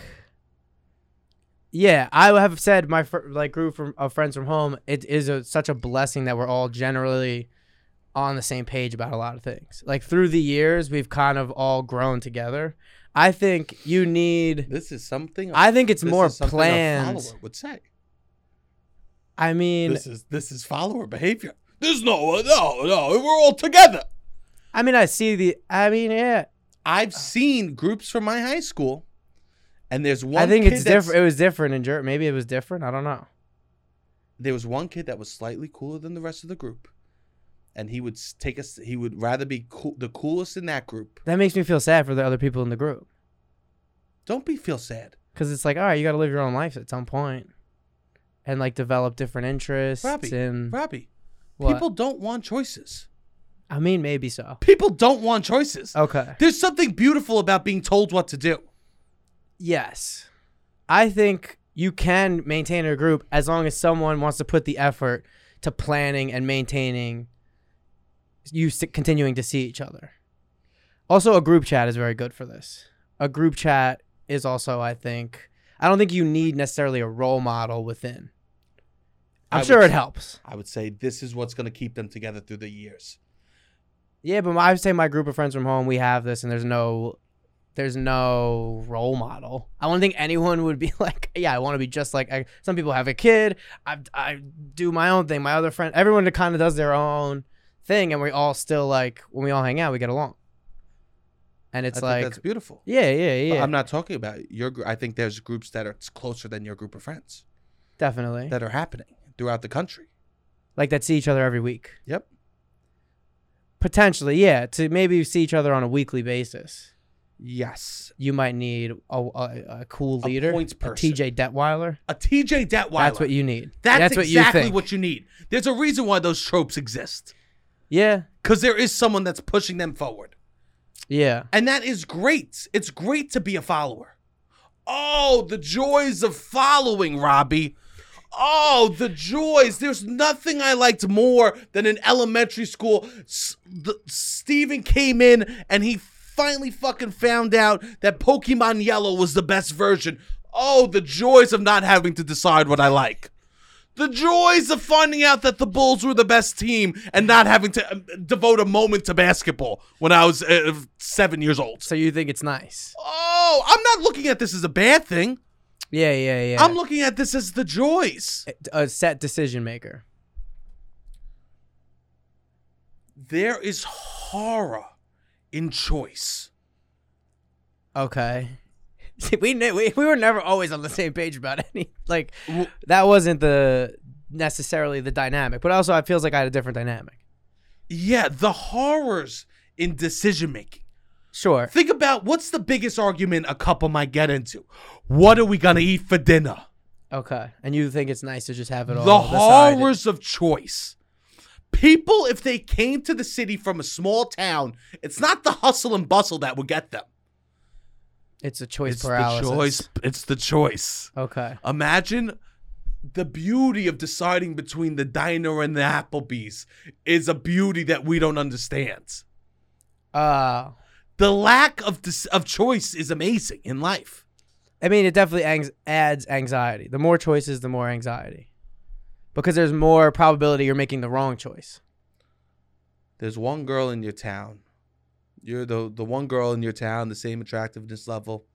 Speaker 2: Yeah, I have said my fr- like group from of friends from home. It is a, such a blessing that we're all generally on the same page about a lot of things. Like through the years, we've kind of all grown together. I think you need.
Speaker 1: This is something.
Speaker 2: I think it's
Speaker 1: this
Speaker 2: more
Speaker 1: is something a
Speaker 2: plans.
Speaker 1: follower would say.
Speaker 2: I mean,
Speaker 1: This is this is follower behavior. There's no no no. We're all together.
Speaker 2: I mean, I see the. I mean, yeah.
Speaker 1: I've seen groups from my high school, and there's one.
Speaker 2: I think
Speaker 1: kid
Speaker 2: it's
Speaker 1: that's-
Speaker 2: different. It was different in Jer- Maybe it was different. I don't know.
Speaker 1: there was one kid that was slightly cooler than the rest of the group, and he would s- take us. He would rather be cool, the coolest in that group.
Speaker 2: That makes me feel sad for the other people in the group
Speaker 1: Don't be feel sad,
Speaker 2: because it's like, all right, you got to live your own life at some point, and like develop different interests.
Speaker 1: Robbie.
Speaker 2: and
Speaker 1: Robbie.
Speaker 2: what-
Speaker 1: People don't want choices.
Speaker 2: I mean, maybe so.
Speaker 1: People don't want choices.
Speaker 2: Okay.
Speaker 1: There's something beautiful about being told what to do.
Speaker 2: Yes, I think you can maintain a group as long as someone wants to put the effort to planning and maintaining you s- continuing to see each other. Also, a group chat is very good for this. A group chat is also, I think, I don't think you need necessarily a role model within.
Speaker 1: I
Speaker 2: I'm
Speaker 1: would
Speaker 2: sure it
Speaker 1: say-
Speaker 2: helps.
Speaker 1: I would say this is what's going to keep them together through the years.
Speaker 2: Yeah, but my, I would say my group of friends from home, we have this, and there's no, there's no role model. I don't think anyone would be like, yeah, I want to be just like. I, some people have a kid. I, I do my own thing. My other friend, everyone kind of does their own thing, and we all still like when we all hang out, we get along. And
Speaker 1: I
Speaker 2: it's
Speaker 1: think
Speaker 2: like,
Speaker 1: that's beautiful.
Speaker 2: yeah, yeah,
Speaker 1: But
Speaker 2: yeah,
Speaker 1: I'm not talking about your. gr- I think there's groups that are closer than your group of friends
Speaker 2: definitely.
Speaker 1: that are happening throughout the country.
Speaker 2: like that, see each other every week.
Speaker 1: Yep.
Speaker 2: Potentially, yeah, to maybe see each other on a weekly basis.
Speaker 1: Yes.
Speaker 2: You might need a, a, a cool
Speaker 1: A
Speaker 2: leader,
Speaker 1: points person.
Speaker 2: TJ Detweiler.
Speaker 1: A TJ Detweiler.
Speaker 2: That's what you need.
Speaker 1: That's,
Speaker 2: what
Speaker 1: exactly
Speaker 2: you think.
Speaker 1: what you need. There's a reason why those tropes exist
Speaker 2: yeah,
Speaker 1: because there is someone that's pushing them forward.
Speaker 2: yeah.
Speaker 1: And that is great. It's great to be a follower. Oh, the joys of following, Robbie. Oh, the joys. There's nothing I liked more than in elementary school. S- the, Steven came in and he finally fucking found out that Pokemon Yellow was the best version. Oh, the joys of not having to decide what I like. The joys of finding out that the Bulls were the best team and not having to um, devote a moment to basketball when I was uh, seven years old.
Speaker 2: So you think it's nice?
Speaker 1: Oh, I'm not looking at this as a bad thing.
Speaker 2: Yeah, yeah, yeah.
Speaker 1: I'm looking at this as the joys.
Speaker 2: a set decision maker.
Speaker 1: There is horror in choice.
Speaker 2: Okay. See, we, knew, we we were never always on the same page about any like
Speaker 1: W-
Speaker 2: that wasn't the necessarily the dynamic, but also it feels like I had a different dynamic.
Speaker 1: Yeah, the horrors in decision making.
Speaker 2: Sure.
Speaker 1: Think about what's the biggest argument a couple might get into. What are we gonna eat for dinner?
Speaker 2: Okay. And you think it's nice to just have it all
Speaker 1: the
Speaker 2: decided.
Speaker 1: horrors of choice. People, if they came to the city from a small town, it's not the hustle and bustle that would get them.
Speaker 2: It's a choice
Speaker 1: It's
Speaker 2: paralysis.
Speaker 1: the choice. It's the choice.
Speaker 2: Okay.
Speaker 1: Imagine the beauty of deciding between the diner and the Applebee's is a beauty that we don't understand.
Speaker 2: Uh
Speaker 1: The lack of dis- of choice is amazing in life.
Speaker 2: I mean, it definitely anx- adds anxiety. The more choices, the more anxiety, because there's more probability you're making the wrong choice.
Speaker 1: there's one girl in your town. You're the the one girl in your town, the same attractiveness level.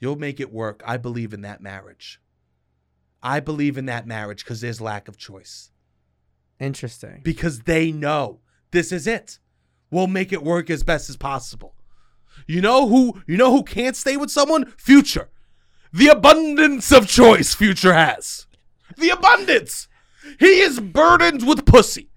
Speaker 1: You'll make it work. I believe in that marriage. I believe in that marriage because there's lack of choice.
Speaker 2: Interesting.
Speaker 1: Because they know this is it. We'll make it work as best as possible. You know who you know who can't stay with someone? Future. The abundance of choice Future has. The abundance. He is burdened with pussy.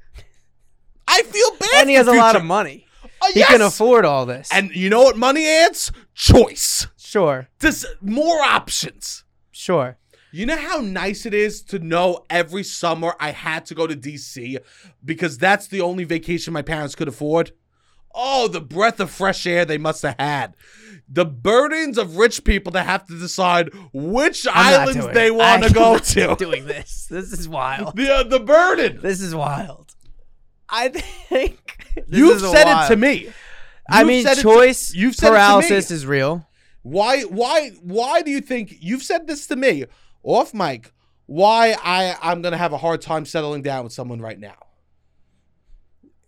Speaker 1: I feel bad.
Speaker 2: and he has
Speaker 1: for
Speaker 2: a lot
Speaker 1: Future.
Speaker 2: of money.
Speaker 1: Uh,
Speaker 2: He
Speaker 1: yes!
Speaker 2: can afford all this.
Speaker 1: And you know what money adds? Choice.
Speaker 2: sure,
Speaker 1: This more options.
Speaker 2: sure.
Speaker 1: You know how nice it is to know every summer I had to go to DC because that's the only vacation my parents could afford? Oh, the breath of fresh air they must have had. The burdens of rich people that have to decide which
Speaker 2: I'm not
Speaker 1: islands
Speaker 2: doing
Speaker 1: they
Speaker 2: it.
Speaker 1: want
Speaker 2: I'm
Speaker 1: to go
Speaker 2: not
Speaker 1: to.
Speaker 2: Doing this. This is wild.
Speaker 1: The, uh, the burden.
Speaker 2: This is wild. I think this
Speaker 1: You've
Speaker 2: is a
Speaker 1: said it
Speaker 2: wild-
Speaker 1: to me.
Speaker 2: I
Speaker 1: You've
Speaker 2: mean,
Speaker 1: said it to-
Speaker 2: choice
Speaker 1: you've said it to me.
Speaker 2: paralysis is real.
Speaker 1: Why why why do you think you've said this to me off mic? Why I I'm gonna have a hard time settling down with someone right now?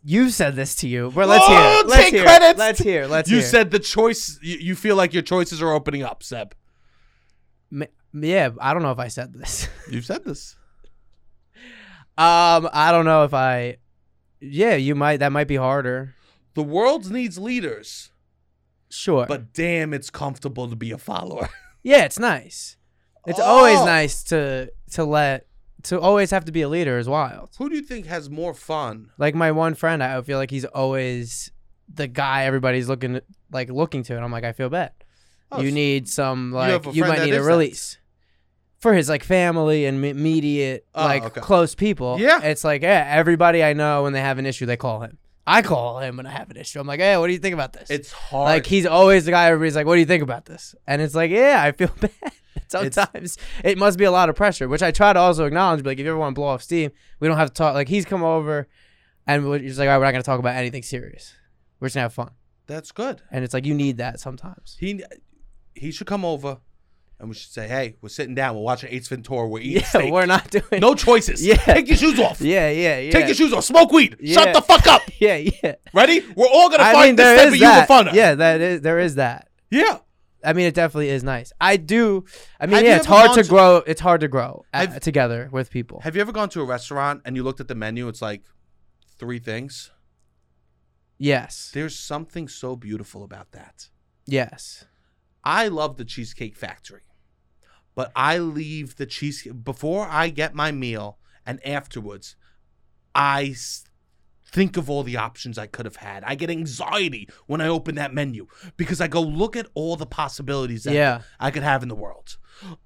Speaker 2: You've said this to you, but let's hear.
Speaker 1: Oh,
Speaker 2: it. Let's
Speaker 1: take
Speaker 2: hear. it.
Speaker 1: credits.
Speaker 2: Let's hear. it. Let's
Speaker 1: you
Speaker 2: hear. it.
Speaker 1: said the choice. You, you feel like your choices are opening up, Seb.
Speaker 2: Ma- yeah. I don't know if I said this.
Speaker 1: You've said this.
Speaker 2: Um, I don't know if I. Yeah, you might. That might be harder.
Speaker 1: The world needs leaders,
Speaker 2: Sure.
Speaker 1: but damn, it's comfortable to be a follower.
Speaker 2: yeah, it's nice. It's always
Speaker 1: Oh.
Speaker 2: nice to to let to always have to be a leader is wild.
Speaker 1: Who do you think has more fun?
Speaker 2: Like my one friend, I feel like he's always the guy everybody's looking like looking to, and I'm like, I feel bad.
Speaker 1: Oh,
Speaker 2: you
Speaker 1: so-
Speaker 2: need some like
Speaker 1: have
Speaker 2: you,
Speaker 1: a friend
Speaker 2: might
Speaker 1: that
Speaker 2: need a
Speaker 1: is that.
Speaker 2: release for his like family and m- immediate
Speaker 1: Oh,
Speaker 2: like
Speaker 1: okay.
Speaker 2: close people.
Speaker 1: Yeah.
Speaker 2: it's like yeah, everybody I know when they have an issue, they call him. I call him when I have an issue. I'm like, hey, what do you think about this?
Speaker 1: It's hard.
Speaker 2: Like he's always the guy everybody's like, What do you think about this? And it's like, Yeah, I feel bad. Sometimes it must be a lot of pressure, which I try to also acknowledge, but like if you ever want to blow off steam, we don't have to talk like he's come over and we're just like, All right, we're not gonna talk about anything serious. We're just gonna have fun.
Speaker 1: That's good.
Speaker 2: And it's like you need that sometimes.
Speaker 1: He he should come over, and we should say, "Hey, we're sitting down. We're watching Ace Ventura. We're eating
Speaker 2: Yeah,
Speaker 1: steak.
Speaker 2: we're not doing
Speaker 1: no choices.
Speaker 2: Yeah.
Speaker 1: Take your shoes off.
Speaker 2: Yeah, yeah, yeah.
Speaker 1: Take your shoes off. Smoke weed.
Speaker 2: Yeah.
Speaker 1: Shut the fuck up.
Speaker 2: yeah, yeah.
Speaker 1: Ready? We're all gonna
Speaker 2: I
Speaker 1: find
Speaker 2: mean
Speaker 1: this
Speaker 2: there
Speaker 1: step
Speaker 2: is
Speaker 1: you were
Speaker 2: that.
Speaker 1: funner.
Speaker 2: Yeah, that is there is that.
Speaker 1: yeah.
Speaker 2: I mean it definitely is nice. I do I mean
Speaker 1: Have you
Speaker 2: yeah, it's
Speaker 1: ever
Speaker 2: hard
Speaker 1: gone
Speaker 2: to
Speaker 1: to-
Speaker 2: grow it's hard to grow uh,
Speaker 1: Have-
Speaker 2: together with people.
Speaker 1: Have you ever gone to a restaurant and you looked at the menu? It's like three things.
Speaker 2: Yes.
Speaker 1: There's something so beautiful about that.
Speaker 2: Yes.
Speaker 1: I love the Cheesecake Factory, but I leave the cheese before I get my meal and afterwards, I s- think of all the options I could have had. I get anxiety when I open that menu because I go look at all the possibilities that
Speaker 2: Yeah.
Speaker 1: I could have in the world.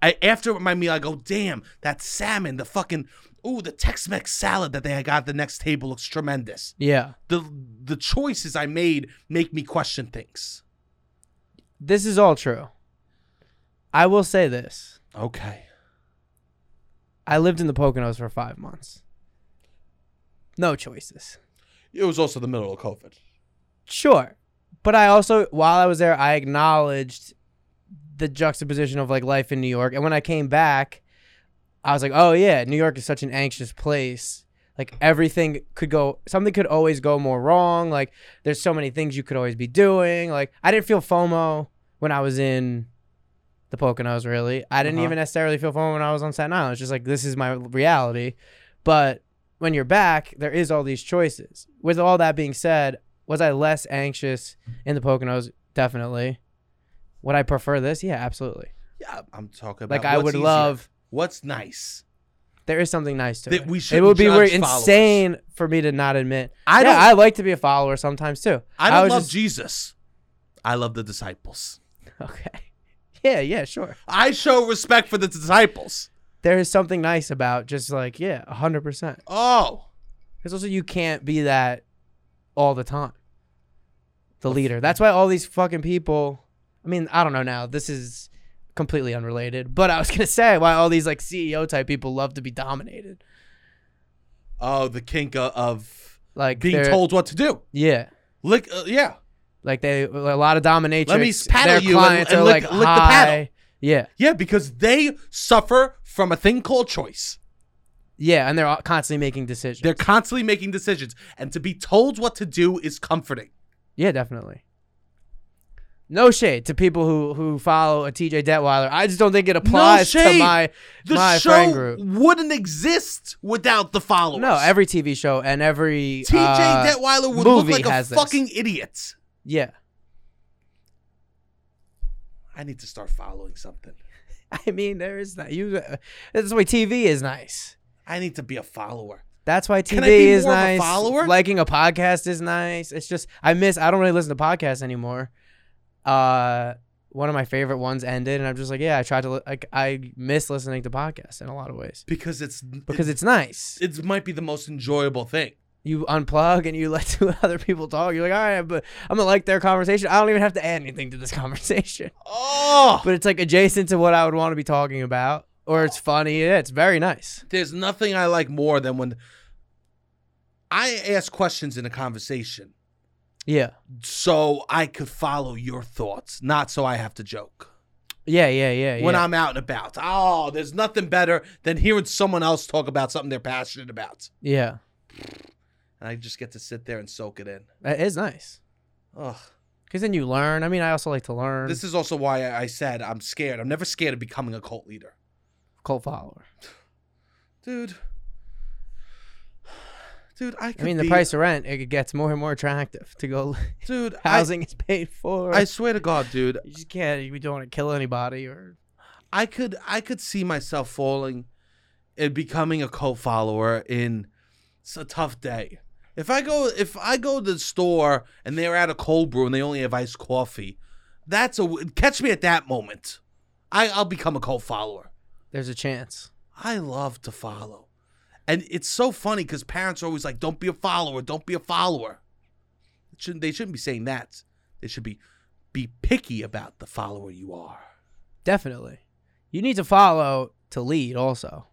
Speaker 1: I, after my meal, I go, damn, that salmon, the fucking, ooh, the Tex Mex salad that they had got at the next table looks tremendous.
Speaker 2: Yeah.
Speaker 1: The, the choices I made make me question things.
Speaker 2: This is all true. I will say this.
Speaker 1: Okay.
Speaker 2: I lived in the Poconos for five months. No choices.
Speaker 1: It was also the middle of COVID.
Speaker 2: Sure. But I also, while I was there, I acknowledged the juxtaposition of like life in New York. And when I came back, I was like, oh yeah, New York is such an anxious place. Like everything could go, something could always go more wrong. Like there's so many things you could always be doing. Like I didn't feel FOMO when I was in the Poconos. Really, I didn't
Speaker 1: Uh-huh.
Speaker 2: even necessarily feel FOMO when I was on Staten Island. It's just like this is my reality. But when you're back, there is all these choices. With all that being said, was I less anxious in the Poconos? Definitely. Would I prefer this? Yeah, absolutely.
Speaker 1: Yeah, I'm talking about
Speaker 2: Like I
Speaker 1: what's
Speaker 2: would
Speaker 1: easier,
Speaker 2: love.
Speaker 1: what's nice.
Speaker 2: There is something nice to
Speaker 1: That
Speaker 2: it.
Speaker 1: we
Speaker 2: it
Speaker 1: shouldn't
Speaker 2: would be
Speaker 1: judge
Speaker 2: weird-
Speaker 1: followers.
Speaker 2: insane for me to not admit.
Speaker 1: I
Speaker 2: I
Speaker 1: don't.
Speaker 2: yeah, I like to be a follower sometimes too.
Speaker 1: I
Speaker 2: I
Speaker 1: don't
Speaker 2: was
Speaker 1: love
Speaker 2: just-
Speaker 1: Jesus. I love the disciples.
Speaker 2: Okay. Yeah, yeah, sure.
Speaker 1: I show respect for the disciples.
Speaker 2: There is something nice about just like yeah, hundred percent.
Speaker 1: Oh,
Speaker 2: Because also you can't be that all the time. The leader. That's why all these fucking people. I mean, I don't know now. This is completely unrelated, but I was gonna say why all these like CEO type people love to be dominated.
Speaker 1: oh, the kink of, of
Speaker 2: Like
Speaker 1: being
Speaker 2: they're-
Speaker 1: told what to do.
Speaker 2: Yeah.
Speaker 1: Lick, uh, yeah,
Speaker 2: Like they a lot of dominatrix.
Speaker 1: Let me paddle
Speaker 2: their
Speaker 1: you and-
Speaker 2: clients
Speaker 1: and
Speaker 2: are
Speaker 1: lick-
Speaker 2: like
Speaker 1: lick the
Speaker 2: "Hi."
Speaker 1: paddle.
Speaker 2: Yeah,
Speaker 1: yeah, because they suffer from a thing called choice.
Speaker 2: yeah, and they're all- constantly making decisions.
Speaker 1: They're constantly making decisions, and to be told what to do is comforting.
Speaker 2: yeah, definitely. No shade to people who who follow a TJ Detweiler. I just don't think it applies to
Speaker 1: shade.
Speaker 2: my
Speaker 1: The
Speaker 2: my friend
Speaker 1: show
Speaker 2: group.
Speaker 1: wouldn't exist without the followers.
Speaker 2: No, every TV show and every
Speaker 1: TJ
Speaker 2: uh,
Speaker 1: Detweiler would look
Speaker 2: movie
Speaker 1: like a
Speaker 2: has this.
Speaker 1: fucking idiot.
Speaker 2: Yeah,
Speaker 1: I need to start following something.
Speaker 2: I mean there is that. You uh, that's why TV is nice.
Speaker 1: I need to be a follower.
Speaker 2: That's why TV
Speaker 1: I be
Speaker 2: is
Speaker 1: more of a
Speaker 2: nice.
Speaker 1: follower?
Speaker 2: Liking a podcast is nice. It's just I miss. I don't really listen to podcasts anymore. Uh, one of my favorite ones ended, and I'm just like, yeah, I tried to li- like I miss listening to podcasts in a lot of ways
Speaker 1: because it's
Speaker 2: because it's nice.
Speaker 1: it, it might be the most enjoyable thing.
Speaker 2: you unplug and you let two other people talk. You're like, all right, but I'm gonna like their conversation. I don't even have to add anything to this conversation.
Speaker 1: Oh,
Speaker 2: But it's like adjacent to what I would want to be talking about, or it's funny. Yeah, it's very nice.
Speaker 1: there's nothing I like more than when I ask questions in a conversation
Speaker 2: Yeah,
Speaker 1: so I could follow your thoughts, not so I have to joke.
Speaker 2: yeah, yeah, yeah.
Speaker 1: When
Speaker 2: yeah.
Speaker 1: I'm out and about, oh, there's nothing better than hearing someone else talk about something they're passionate about,
Speaker 2: yeah,
Speaker 1: and I just get to sit there and soak it in.
Speaker 2: that is nice.
Speaker 1: Ugh.
Speaker 2: Because then you learn. I mean, I also like to learn.
Speaker 1: This is also why I I said I'm scared. I'm never scared of becoming a cult leader,
Speaker 2: cult follower.
Speaker 1: dude. Dude, I could
Speaker 2: I mean, the
Speaker 1: be-
Speaker 2: price of rent it gets more and more attractive to go.
Speaker 1: dude. I,
Speaker 2: Housing is paid for.
Speaker 1: I swear to God, dude,
Speaker 2: you just can't. You don't want to kill anybody or.
Speaker 1: I could I could see myself falling and becoming a cult follower in it's a tough day. If I go if I go to the store and they're out of cold brew and they only have iced coffee, that's a catch me at that moment. I I'll become a cult follower.
Speaker 2: There's a chance.
Speaker 1: I love to follow. And it's so funny because parents are always like, don't be a follower, don't be a follower. It shouldn't, they shouldn't be saying that. They should be be picky about the follower you are.
Speaker 2: Definitely. You need to follow to lead. Also,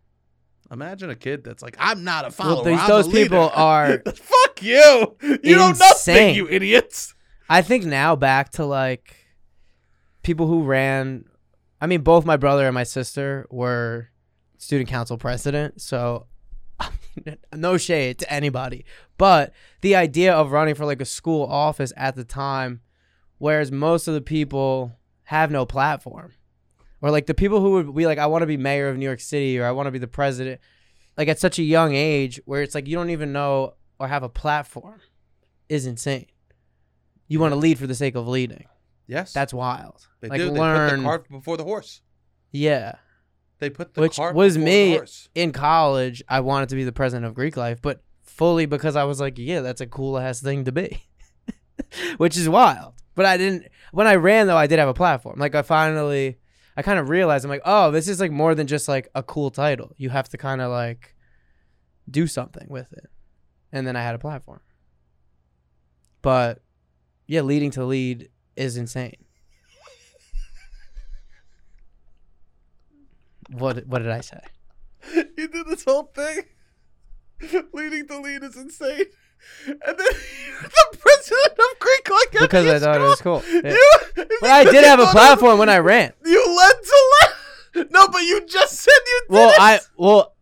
Speaker 1: Imagine a kid that's like, I'm not a follower.
Speaker 2: Well, these-
Speaker 1: I'm
Speaker 2: those
Speaker 1: a leader."
Speaker 2: people are-
Speaker 1: Fuck you. You don't nothing,
Speaker 2: Insane.
Speaker 1: you idiots.
Speaker 2: I think now back to like people who ran. I mean, both my brother and my sister were student council president, so no shade to anybody. But the idea of running for like a school office at the time, whereas most of the people have no platform, or like the people who would be like, I want to be mayor of New York City, or I want to be the president, like at such a young age, where it's like you don't even know or have a platform, is insane. You want to lead for the sake of leading.
Speaker 1: Yes.
Speaker 2: That's wild.
Speaker 1: they
Speaker 2: like
Speaker 1: do. They put
Speaker 2: learn,
Speaker 1: the cart before the horse.
Speaker 2: yeah.
Speaker 1: They put the
Speaker 2: Which
Speaker 1: cart
Speaker 2: was
Speaker 1: before
Speaker 2: me.
Speaker 1: the horse.
Speaker 2: In college, I wanted to be the president of Greek life, but fully because I was like, yeah, that's a cool ass thing to be, which is wild. But I didn't. When I ran though, I did have a platform. Like I finally, I kind of realized I'm like, oh, this is like more than just like a cool title. You have to kind of like do something with it, and then I had a platform. But yeah, leading to lead is insane. What what did I say?
Speaker 1: you did this whole thing. Leading the lead is insane. And then the president of Greek like
Speaker 2: Because I thought it was cool. Yeah.
Speaker 1: You,
Speaker 2: But I did have a platform when I rant.
Speaker 1: You led to left. No, but you just said you did
Speaker 2: Well,
Speaker 1: it.
Speaker 2: I well,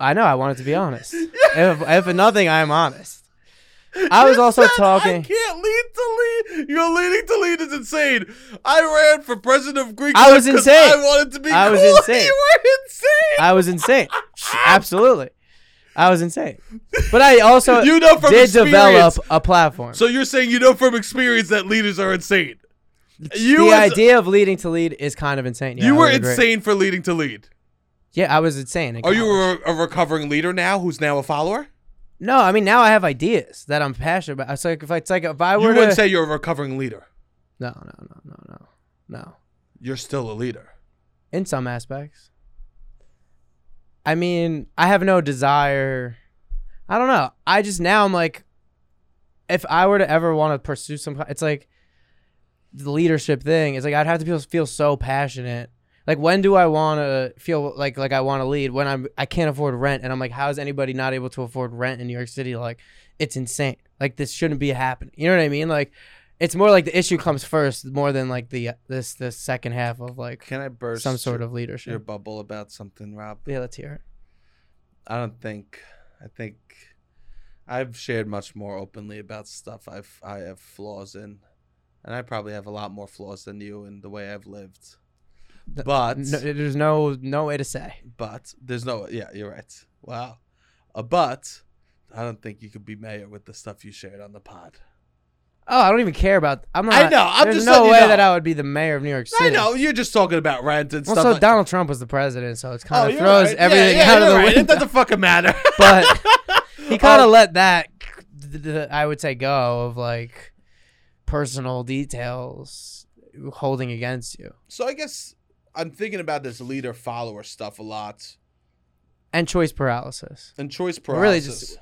Speaker 2: I know I wanted to be honest. If, if nothing, I'm honest. I was
Speaker 1: You
Speaker 2: also
Speaker 1: said, I
Speaker 2: talking.
Speaker 1: can't lead to lead. You're leading to lead is insane. I ran for president of Greek.
Speaker 2: I
Speaker 1: life
Speaker 2: was
Speaker 1: 'cause
Speaker 2: insane.
Speaker 1: I wanted to be.
Speaker 2: I was
Speaker 1: cool.
Speaker 2: insane.
Speaker 1: You were insane.
Speaker 2: I was insane. Absolutely, I was insane. But I also
Speaker 1: you know from
Speaker 2: did
Speaker 1: experience.
Speaker 2: develop a platform.
Speaker 1: So you're saying you know from experience that leaders are insane. You
Speaker 2: the
Speaker 1: as-
Speaker 2: idea of leading to lead is kind of insane. Yeah,
Speaker 1: you
Speaker 2: I
Speaker 1: were
Speaker 2: would agree.
Speaker 1: insane for leading to lead.
Speaker 2: Yeah, I was insane. in
Speaker 1: Are you
Speaker 2: college.
Speaker 1: a, a recovering leader now who's now a follower?
Speaker 2: No, I mean now I have ideas that I'm passionate about. It's like if I, it's like if I
Speaker 1: You
Speaker 2: were
Speaker 1: wouldn't
Speaker 2: to
Speaker 1: say you're a recovering leader.
Speaker 2: no, no, no, no, no, no.
Speaker 1: You're still a leader.
Speaker 2: In some aspects. I mean, I have no desire. I don't know. I just now I'm like, if I were to ever want to pursue some, it's like the leadership thing. It's like I'd have to feel feel so passionate. Like when do I want to feel like like I want to lead when I'm I can't afford rent and I'm like how is anybody not able to afford rent in New York City like it's insane like this shouldn't be happening you know what I mean like it's more like the issue comes first more than like the this the second half of like
Speaker 1: Can I burst
Speaker 2: some sort of
Speaker 1: your
Speaker 2: leadership.
Speaker 1: bubble about something, Rob?
Speaker 2: Yeah, let's hear it.
Speaker 1: I don't think. I think I've shared much more openly about stuff I've I have flaws in, and I probably have a lot more flaws than you in the way I've lived.
Speaker 2: Th-
Speaker 1: But
Speaker 2: No, there's no no way to say.
Speaker 1: but there's no yeah you're right. Wow, uh, but I don't think you could be mayor with the stuff you shared on the pod.
Speaker 2: Oh, I don't even care about. I'm not.
Speaker 1: I know, I'm
Speaker 2: there's
Speaker 1: just
Speaker 2: no
Speaker 1: letting you
Speaker 2: way
Speaker 1: know.
Speaker 2: that I would be the mayor of New York City.
Speaker 1: I know you're just talking about rent and stuff.
Speaker 2: Also,
Speaker 1: like-
Speaker 2: Donald Trump was the president, so it
Speaker 1: Oh,
Speaker 2: kind of
Speaker 1: you're
Speaker 2: throws
Speaker 1: right. Yeah,
Speaker 2: everything
Speaker 1: yeah,
Speaker 2: out of
Speaker 1: you're
Speaker 2: the
Speaker 1: right. It
Speaker 2: window.
Speaker 1: doesn't Oh. fucking matter. Um,
Speaker 2: But he kind of let that, th- th- I would say, go of like personal details holding against you
Speaker 1: so I guess I'm thinking about this leader follower stuff a lot
Speaker 2: and choice paralysis.
Speaker 1: and choice paralysis.
Speaker 2: Really just-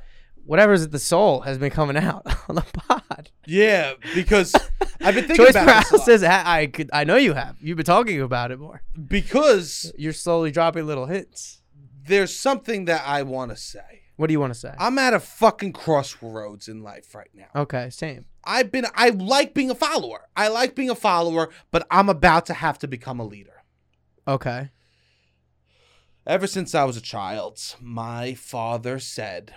Speaker 2: Whatever's at the soul has been coming out on the pod.
Speaker 1: Yeah, because I've been thinking
Speaker 2: choice
Speaker 1: about this a lot.
Speaker 2: paralysis. I, I could. I know you have. You've been talking about it more.
Speaker 1: because
Speaker 2: You're slowly dropping little hints.
Speaker 1: there's something that I want to say.
Speaker 2: What do you want to say?
Speaker 1: I'm at a fucking crossroads in life right now.
Speaker 2: okay, same.
Speaker 1: I've been I like being a follower. I like being a follower, but I'm about to have to become a leader.
Speaker 2: Okay.
Speaker 1: Ever since I was a child, my father said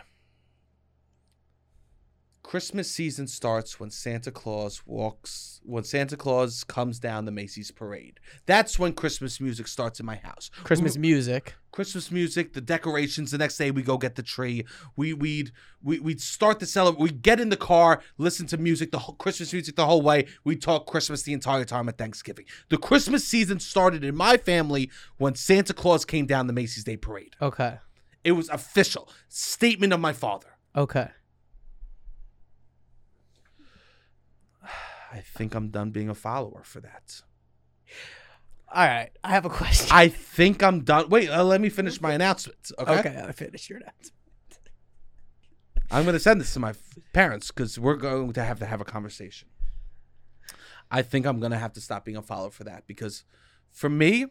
Speaker 1: Christmas season starts when Santa Claus walks when Santa Claus comes down the Macy's parade. That's when Christmas music starts in my house.
Speaker 2: Christmas music.
Speaker 1: Christmas music, the decorations. The next day, we go get the tree. We we'd we, we'd start the celebrate. We get in the car, listen to music, the whole, Christmas music the whole way. We talk Christmas the entire time at Thanksgiving. The Christmas season started in my family when Santa Claus came down the Macy's Day Parade.
Speaker 2: Okay.
Speaker 1: It was official statement of my father.
Speaker 2: Okay.
Speaker 1: I think I'm done being a follower for that.
Speaker 2: All right. I have a question.
Speaker 1: I think I'm done. Wait, uh, let me finish my announcement. Okay,
Speaker 2: okay. I finished your answer.
Speaker 1: I'm gonna send this to my f- parents because we're going to have to have a conversation. I think I'm gonna have to stop being a follower for that because, for me,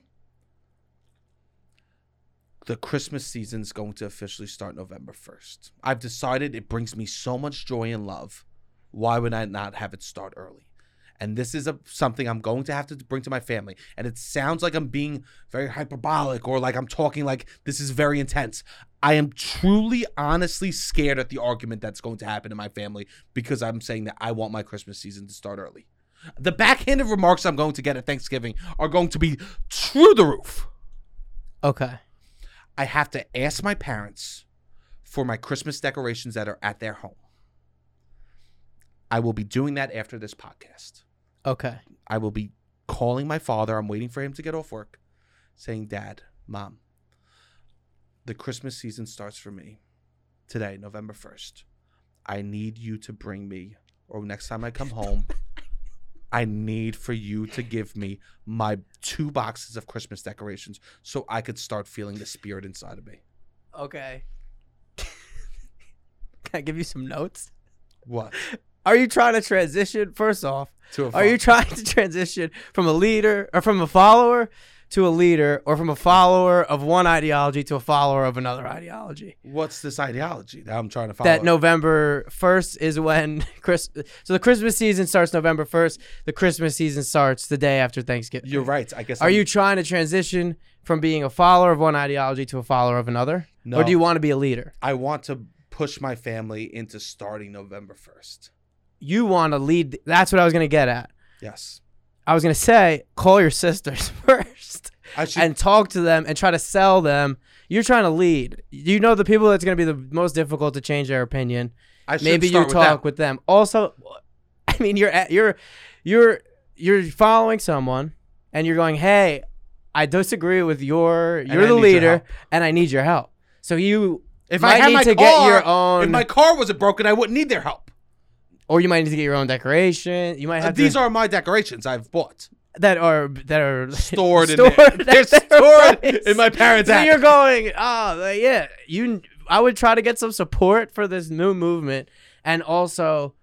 Speaker 1: the Christmas season is going to officially start November first. I've decided it brings me so much joy and love. Why would I not have it start early? And this is a, something I'm going to have to bring to my family. And it sounds like I'm being very hyperbolic or like I'm talking like this is very intense. I am truly, honestly scared at the argument that's going to happen in my family because I'm saying that I want my Christmas season to start early. The backhanded remarks I'm going to get at Thanksgiving are going to be through the roof.
Speaker 2: Okay.
Speaker 1: I have to ask my parents for my Christmas decorations that are at their home. I will be doing that after this podcast.
Speaker 2: Okay.
Speaker 1: I will be calling my father. I'm waiting for him to get off work, saying, Dad, Mom, the Christmas season starts for me today, November 1st. I need you to bring me, or next time I come home, I need for you to give me my two boxes of Christmas decorations so I could start feeling the spirit inside of me.
Speaker 2: Okay. Can I give you some notes?
Speaker 1: What?
Speaker 2: Are you trying to transition? First off,
Speaker 1: To a
Speaker 2: are you trying to transition from a leader or from a follower to a leader or from a follower of one ideology to a follower of another ideology.
Speaker 1: What's this ideology that I'm trying to follow?
Speaker 2: That November 1st is when Chris so the Christmas season starts November 1st. The Christmas season starts the day after Thanksgiving.
Speaker 1: You're right. I guess.
Speaker 2: Are
Speaker 1: I'm-
Speaker 2: you trying to transition from being a follower of one ideology to a follower of another?
Speaker 1: No.
Speaker 2: Or do you want to be a leader?
Speaker 1: I want to push my family into starting November first.
Speaker 2: You want to lead. That's what I was going to get at.
Speaker 1: Yes.
Speaker 2: I was going to say call your sisters first.
Speaker 1: I should.
Speaker 2: and talk to them and try to sell them. You're trying to lead. You know the people that's going to be the most difficult to change their opinion.
Speaker 1: I should
Speaker 2: Maybe you
Speaker 1: start
Speaker 2: talk
Speaker 1: With
Speaker 2: with them. Also, I mean, you're at, you're you're you're following someone, and you're going, "Hey, I disagree with your. You're
Speaker 1: I
Speaker 2: the
Speaker 1: need your
Speaker 2: leader,
Speaker 1: help."
Speaker 2: and I need your help." So you
Speaker 1: that. if
Speaker 2: might
Speaker 1: I had
Speaker 2: need
Speaker 1: my
Speaker 2: to
Speaker 1: car,
Speaker 2: get your
Speaker 1: if
Speaker 2: own,
Speaker 1: my car wasn't broken, I wouldn't need their help.
Speaker 2: or you might need to get your own decoration. You might
Speaker 1: Uh,
Speaker 2: have
Speaker 1: these
Speaker 2: to,
Speaker 1: are my decorations I've bought,
Speaker 2: that are that are
Speaker 1: stored, in there.
Speaker 2: Stored at
Speaker 1: They're
Speaker 2: their
Speaker 1: stored
Speaker 2: place.
Speaker 1: in my parents'
Speaker 2: So
Speaker 1: attic.
Speaker 2: you're going, oh like, yeah, you. I would try to get some support for this new movement, and also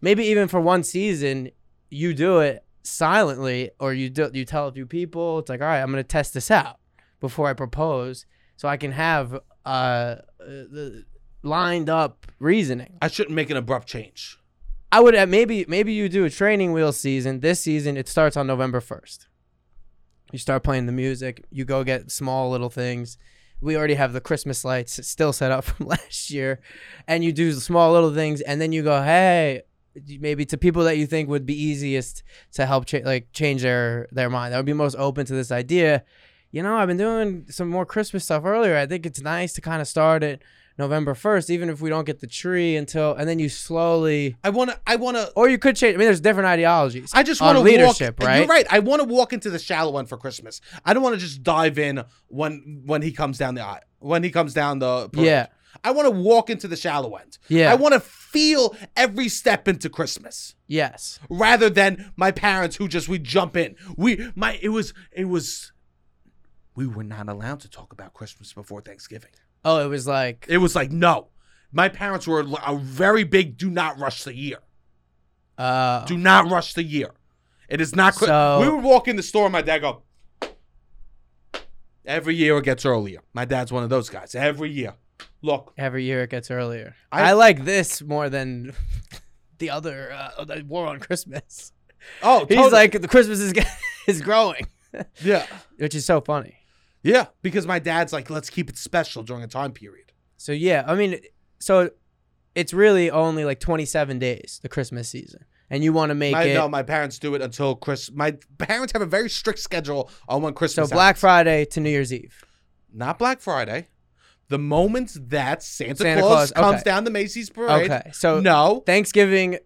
Speaker 2: maybe even for one season, you do it silently, or you do you tell a few people. It's like, all right, I'm gonna test this out before I propose, so I can have uh, uh the lined up reasoning.
Speaker 1: I shouldn't make an abrupt change.
Speaker 2: I would uh, maybe maybe you do a training wheel season. This season it starts on November first. You start playing the music. You go get small little things. We already have the Christmas lights still set up from last year, and you do the small little things, and then you go, hey, maybe to people that you think would be easiest to help cha- like change their their mind. That would be most open to this idea. You know, I've been doing some more Christmas stuff earlier. I think it's nice to kind of start it November first, even if we don't get the tree until, and then you slowly
Speaker 1: I want to. I want to.
Speaker 2: or you could change. I mean, there's different ideologies.
Speaker 1: I just
Speaker 2: on
Speaker 1: want to
Speaker 2: leadership,
Speaker 1: walk,
Speaker 2: right?
Speaker 1: You're right. I want to walk into the shallow end for Christmas. I don't want to just dive in when when he comes down the aisle, when he comes down the parade.
Speaker 2: Yeah.
Speaker 1: I want to walk into the shallow end.
Speaker 2: Yeah.
Speaker 1: I want to feel every step into Christmas
Speaker 2: yes.
Speaker 1: rather than my parents who just we jump in. We my it was it was we were not allowed to talk about Christmas before Thanksgiving.
Speaker 2: Oh, it was like
Speaker 1: It was like no. My parents were a very big do not rush the year.
Speaker 2: uh,
Speaker 1: Do not rush the year. It is not. Cri-
Speaker 2: So-
Speaker 1: we would walk in the store, and my dad go. Every year it gets earlier. My dad's one of those guys. Every year, look,
Speaker 2: every year it gets earlier.
Speaker 1: I-
Speaker 2: I, like this more than the other uh, the war on Christmas.
Speaker 1: oh,
Speaker 2: He's
Speaker 1: totally.
Speaker 2: like the Christmas is get- is growing,
Speaker 1: yeah,
Speaker 2: which is so funny.
Speaker 1: yeah, because my dad's like, let's keep it special during a time period.
Speaker 2: So yeah, I mean, so it's really only like 27 days the Christmas season, and you want to make
Speaker 1: My,
Speaker 2: it
Speaker 1: No, my parents do it until Chris. My parents have a very strict schedule on when
Speaker 2: so
Speaker 1: Christmas.
Speaker 2: Black
Speaker 1: happens.
Speaker 2: Friday to New Year's Eve.
Speaker 1: not Black Friday. The moment that Santa,
Speaker 2: Santa
Speaker 1: Claus,
Speaker 2: Claus,
Speaker 1: comes
Speaker 2: okay.
Speaker 1: down the Macy's parade,
Speaker 2: Okay, so
Speaker 1: no,
Speaker 2: Thanksgiving,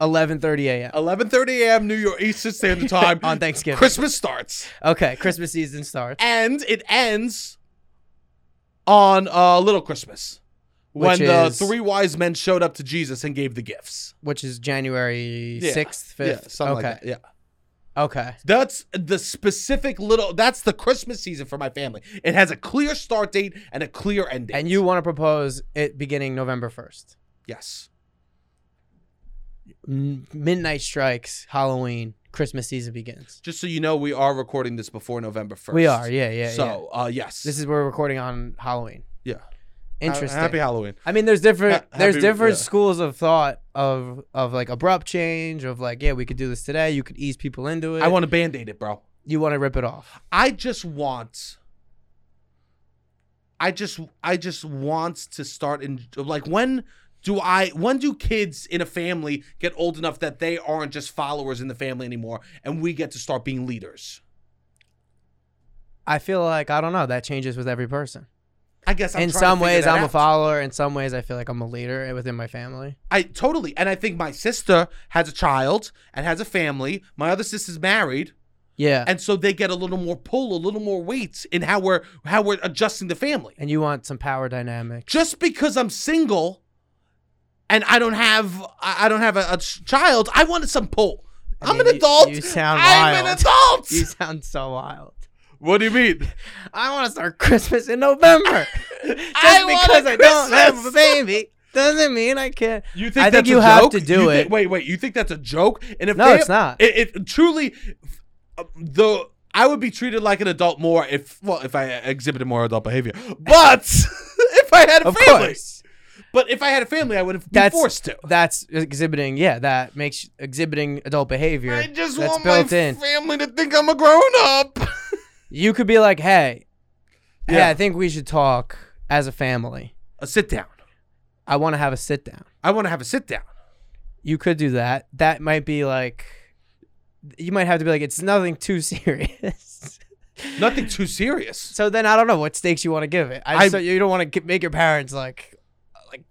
Speaker 2: 11:30 a.m.
Speaker 1: 11:30 a.m. New York Eastern Standard Time
Speaker 2: on Thanksgiving.
Speaker 1: Christmas starts.
Speaker 2: okay, Christmas season starts.
Speaker 1: and it ends on uh, Little Christmas when
Speaker 2: Which
Speaker 1: the
Speaker 2: is-
Speaker 1: three wise men showed up to Jesus and gave the gifts.
Speaker 2: which is January
Speaker 1: Yeah,
Speaker 2: sixth,
Speaker 1: Yeah,
Speaker 2: fifth.
Speaker 1: something
Speaker 2: okay,
Speaker 1: like that. Yeah,
Speaker 2: okay,
Speaker 1: that's the specific little. That's the Christmas season for my family. It has a clear start date and a clear end date.
Speaker 2: and you want to propose it beginning November first.
Speaker 1: yes,
Speaker 2: Midnight strikes, Halloween, Christmas season begins.
Speaker 1: just so you know, we are recording this before November first.
Speaker 2: We are, yeah, yeah, yeah.
Speaker 1: So, uh, yes,
Speaker 2: This is we're recording on Halloween.
Speaker 1: yeah.
Speaker 2: Interesting.
Speaker 1: Happy Halloween.
Speaker 2: I mean, there's different
Speaker 1: Ha-
Speaker 2: there's
Speaker 1: happy-
Speaker 2: different
Speaker 1: yeah.
Speaker 2: schools of thought of of like abrupt change of like yeah we could do this today. You could ease people into it.
Speaker 1: I want to band aid it, bro.
Speaker 2: you want to rip it off.
Speaker 1: I just want. I just I just want to start in like when do I when do kids in a family get old enough that they aren't just followers in the family anymore and we get to start being leaders?
Speaker 2: I feel like I don't know that changes with every person.
Speaker 1: I guess I'm
Speaker 2: in
Speaker 1: trying to
Speaker 2: some
Speaker 1: figure
Speaker 2: ways
Speaker 1: that
Speaker 2: I'm a
Speaker 1: out.
Speaker 2: follower. In some ways I feel like I'm a leader within my family.
Speaker 1: I totally and I think my sister has a child and has a family. My other sister's married,
Speaker 2: Yeah.
Speaker 1: and so they get a little more pull, a little more weight in how we're how we're adjusting the family.
Speaker 2: and you want some power dynamic.
Speaker 1: just because I'm single and I don't have I I don't have a, a ch- child, I wanted some pull.
Speaker 2: I
Speaker 1: I'm
Speaker 2: mean,
Speaker 1: an
Speaker 2: you-
Speaker 1: adult.
Speaker 2: you sound
Speaker 1: I'm an
Speaker 2: wild.
Speaker 1: adult.
Speaker 2: You sound so wild.
Speaker 1: what do you mean?
Speaker 2: I want to start Christmas in November. Just
Speaker 1: I want
Speaker 2: because
Speaker 1: a
Speaker 2: I don't have a
Speaker 1: Christmas.
Speaker 2: baby doesn't mean I can't.
Speaker 1: You think
Speaker 2: I
Speaker 1: that's
Speaker 2: think you
Speaker 1: a
Speaker 2: have
Speaker 1: joke?
Speaker 2: to do
Speaker 1: You thi-
Speaker 2: it.
Speaker 1: wait, wait. You think that's a joke? And if
Speaker 2: No,
Speaker 1: they-
Speaker 2: it's not.
Speaker 1: It, it truly uh, the I would be treated like an adult more if, well, if I exhibited more adult behavior. But if I had a
Speaker 2: Of
Speaker 1: family,
Speaker 2: course.
Speaker 1: but if I had a family, I would have been
Speaker 2: That's-
Speaker 1: forced to.
Speaker 2: That's exhibiting. Yeah, that makes exhibiting adult behavior.
Speaker 1: I just
Speaker 2: that's
Speaker 1: want
Speaker 2: built
Speaker 1: my
Speaker 2: in.
Speaker 1: family to think I'm a grown up.
Speaker 2: You could be like, hey,
Speaker 1: Yeah.
Speaker 2: hey, I think we should talk as a family.
Speaker 1: A sit down.
Speaker 2: I want to have a sit down.
Speaker 1: I want to have a sit down.
Speaker 2: You could do that. That might be like, you might have to be like, it's nothing too serious.
Speaker 1: Nothing too serious.
Speaker 2: So then I don't know what stakes you want to give it. I,
Speaker 1: I-
Speaker 2: so you don't want to make your parents like, like,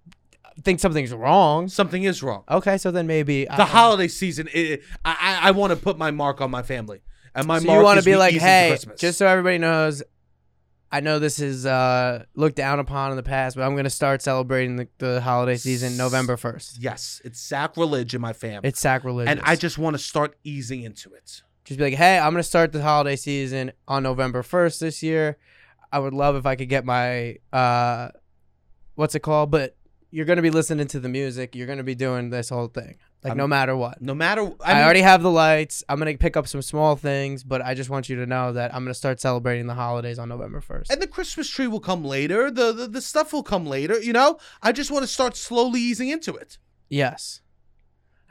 Speaker 2: think something's wrong.
Speaker 1: Something is wrong.
Speaker 2: Okay, so then maybe I
Speaker 1: The
Speaker 2: don't know.
Speaker 1: holiday season, it, I I, I want to put my mark on my family, and my
Speaker 2: so
Speaker 1: mark
Speaker 2: you
Speaker 1: want
Speaker 2: wanna
Speaker 1: to
Speaker 2: be like, hey,
Speaker 1: Christmas.
Speaker 2: just so everybody knows, I know this is uh, looked down upon in the past, but I'm gonna start celebrating the, the holiday season November first.
Speaker 1: yes, it's sacrilege in my family,
Speaker 2: It's sacrilegious.
Speaker 1: and I just want to start easing into it.
Speaker 2: just be like, hey, I'm gonna start the holiday season on November first this year. I would love if I could get my uh, what's it called? But you're gonna be listening to the music. You're gonna be doing this whole thing, like no
Speaker 1: I'm-
Speaker 2: matter what.
Speaker 1: No matter, I, mean,
Speaker 2: I, already have the lights. I'm gonna pick up some small things, but I just want you to know that I'm gonna start celebrating the holidays on November first.
Speaker 1: and the Christmas tree will come later. The, the the stuff will come later. You know, I just want to start slowly easing into it.
Speaker 2: Yes,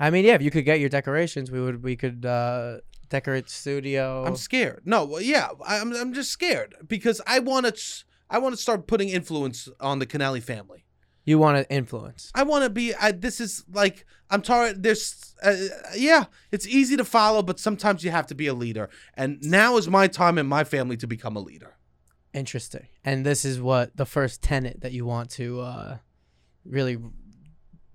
Speaker 2: I mean, yeah. If you could get your decorations, we would. We could uh, decorate the studio.
Speaker 1: I'm scared. No, well, yeah, I- I'm I'm just scared because I want to I want to start putting influence on the Canali family.
Speaker 2: you want to influence?
Speaker 1: I want to be. I, this is like I'm tired. There's, uh, yeah, it's easy to follow, but sometimes you have to be a leader. And now is my time in my family to become a leader.
Speaker 2: Interesting. And this is what the first tenet that you want to uh, really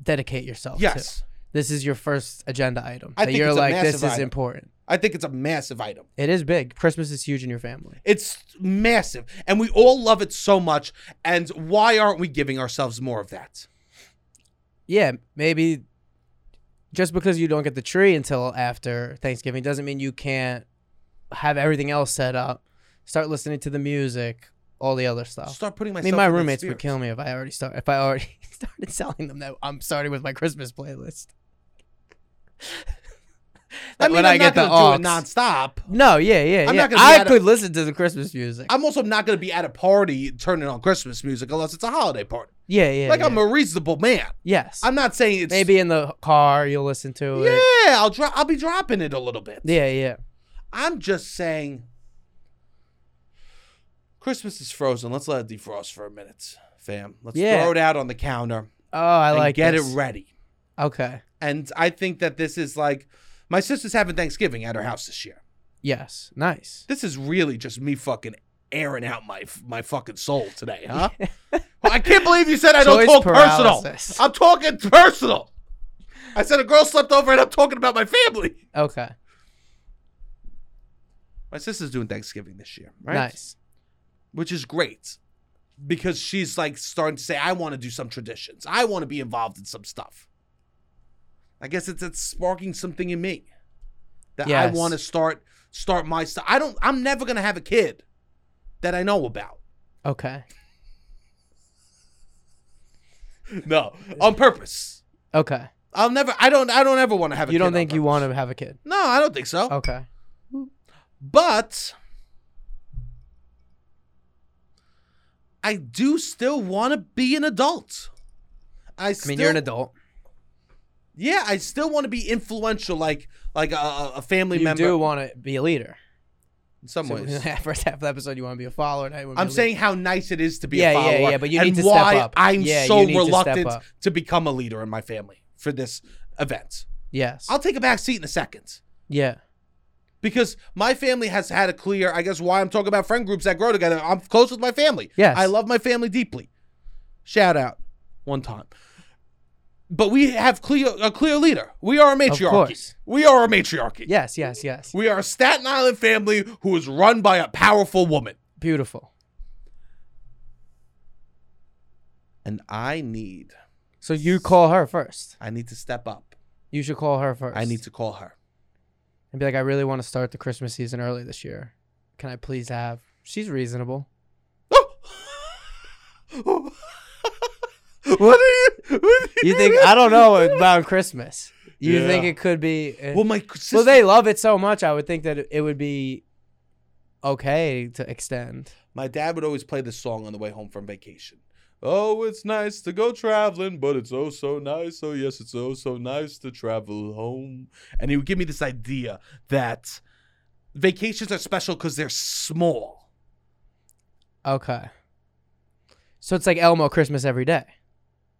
Speaker 2: dedicate yourself to.
Speaker 1: Yes,
Speaker 2: This is your first agenda item.
Speaker 1: I
Speaker 2: that
Speaker 1: think
Speaker 2: you're
Speaker 1: it's a
Speaker 2: like, this
Speaker 1: massive
Speaker 2: is
Speaker 1: item.
Speaker 2: important.
Speaker 1: I think it's a massive item.
Speaker 2: It is big. Christmas is huge in your family.
Speaker 1: It's massive, and we all love it so much. And why aren't we giving ourselves more of that?
Speaker 2: Yeah, maybe just because you don't get the tree until after Thanksgiving doesn't mean you can't have everything else set up. Start listening to the music, all the other stuff.
Speaker 1: Start putting
Speaker 2: Oh. I
Speaker 1: myself.
Speaker 2: mean, my
Speaker 1: in that
Speaker 2: roommates would
Speaker 1: sphere.
Speaker 2: kill me if I already start if I already started selling them that I'm starting with my Christmas playlist.
Speaker 1: I mean,
Speaker 2: when
Speaker 1: I'm
Speaker 2: I get
Speaker 1: not
Speaker 2: the
Speaker 1: gonna do it
Speaker 2: aux.
Speaker 1: nonstop.
Speaker 2: No, yeah, yeah,
Speaker 1: I'm
Speaker 2: yeah.
Speaker 1: not gonna be
Speaker 2: I
Speaker 1: out of-
Speaker 2: could listen to the Christmas music.
Speaker 1: I'm also not going to be at a party turning on Christmas music unless it's a holiday party.
Speaker 2: yeah, yeah.
Speaker 1: like
Speaker 2: yeah.
Speaker 1: I'm a reasonable man.
Speaker 2: yes.
Speaker 1: I'm not saying it's
Speaker 2: Maybe in the car you'll listen to
Speaker 1: Yeah,
Speaker 2: it.
Speaker 1: I'll dro- I'll be dropping it a little bit.
Speaker 2: Yeah, yeah.
Speaker 1: I'm just saying Christmas is frozen. Let's let it defrost for a minute, fam. Let's
Speaker 2: Yeah.
Speaker 1: throw it out on the counter
Speaker 2: Oh, I
Speaker 1: and
Speaker 2: like
Speaker 1: get
Speaker 2: this.
Speaker 1: it ready.
Speaker 2: Okay.
Speaker 1: And I think that this is like my sister's having Thanksgiving at her house this year.
Speaker 2: Yes. Nice.
Speaker 1: This is really just me fucking airing out my my fucking soul today, huh? I can't believe you said I don't
Speaker 2: Choice
Speaker 1: talk
Speaker 2: paralysis.
Speaker 1: personal. I'm talking personal. I said a girl slept over and I'm talking about my family.
Speaker 2: Okay.
Speaker 1: My sister's doing Thanksgiving this year, right?
Speaker 2: Nice.
Speaker 1: Which is great because she's like starting to say, I want to do some traditions. I want to be involved in some stuff. I guess it's, it's sparking something in me that I
Speaker 2: Yes.
Speaker 1: want to start start my stuff. I don't. I'm never gonna have a kid that I know about.
Speaker 2: Okay.
Speaker 1: No, on purpose.
Speaker 2: Okay.
Speaker 1: I'll never. I don't. I don't ever want to have. a kid
Speaker 2: You don't
Speaker 1: on
Speaker 2: think you Oh.
Speaker 1: purpose.
Speaker 2: want to have a kid?
Speaker 1: No, I don't think so.
Speaker 2: Okay.
Speaker 1: But I do still want to be an adult. I,
Speaker 2: I
Speaker 1: still,
Speaker 2: mean, you're an adult.
Speaker 1: Yeah, I still want to be influential, like like a- a, a family
Speaker 2: You
Speaker 1: member.
Speaker 2: do want to be a leader.
Speaker 1: in some
Speaker 2: So,
Speaker 1: ways,
Speaker 2: first half of the episode, you want to be a follower. Now you wanna be
Speaker 1: I'm
Speaker 2: a leader.
Speaker 1: saying how nice it is to be
Speaker 2: Yeah,
Speaker 1: a
Speaker 2: yeah,
Speaker 1: follower.
Speaker 2: yeah, but you
Speaker 1: and
Speaker 2: need to step
Speaker 1: why
Speaker 2: up.
Speaker 1: I'm
Speaker 2: Yeah,
Speaker 1: so
Speaker 2: you need to step
Speaker 1: reluctant
Speaker 2: up.
Speaker 1: to become a leader in my family for this event.
Speaker 2: yes.
Speaker 1: I'll take a back seat in a second.
Speaker 2: yeah.
Speaker 1: because my family has had a clear i guess why i'm talking about friend groups that grow together i'm close with my family
Speaker 2: Yes.
Speaker 1: i love my family deeply shout out one time but we have clear a clear leader we are a matriarchy
Speaker 2: course.
Speaker 1: we are a matriarchy
Speaker 2: Yes, yes, yes.
Speaker 1: we are a staten island family who is run by a powerful woman
Speaker 2: Beautiful.
Speaker 1: and i need
Speaker 2: So you call her first.
Speaker 1: i need to step up
Speaker 2: You should call her first.
Speaker 1: i need to call her
Speaker 2: and be like, I really want to start the Christmas season early this year. Can I please have? She's reasonable.
Speaker 1: what are you, what are
Speaker 2: You think I don't know about Christmas? You
Speaker 1: Yeah.
Speaker 2: think it could be? uh,
Speaker 1: well my
Speaker 2: well,
Speaker 1: sister,
Speaker 2: they love it so much. I would think that it would be okay to extend.
Speaker 1: My dad would always play this song on the way home from vacation. Oh, it's nice to go traveling, but it's oh so nice. Oh, yes, it's oh so nice to travel home. And he would give me this idea that vacations are special because they're small.
Speaker 2: Okay. So it's like Elmo Christmas every day.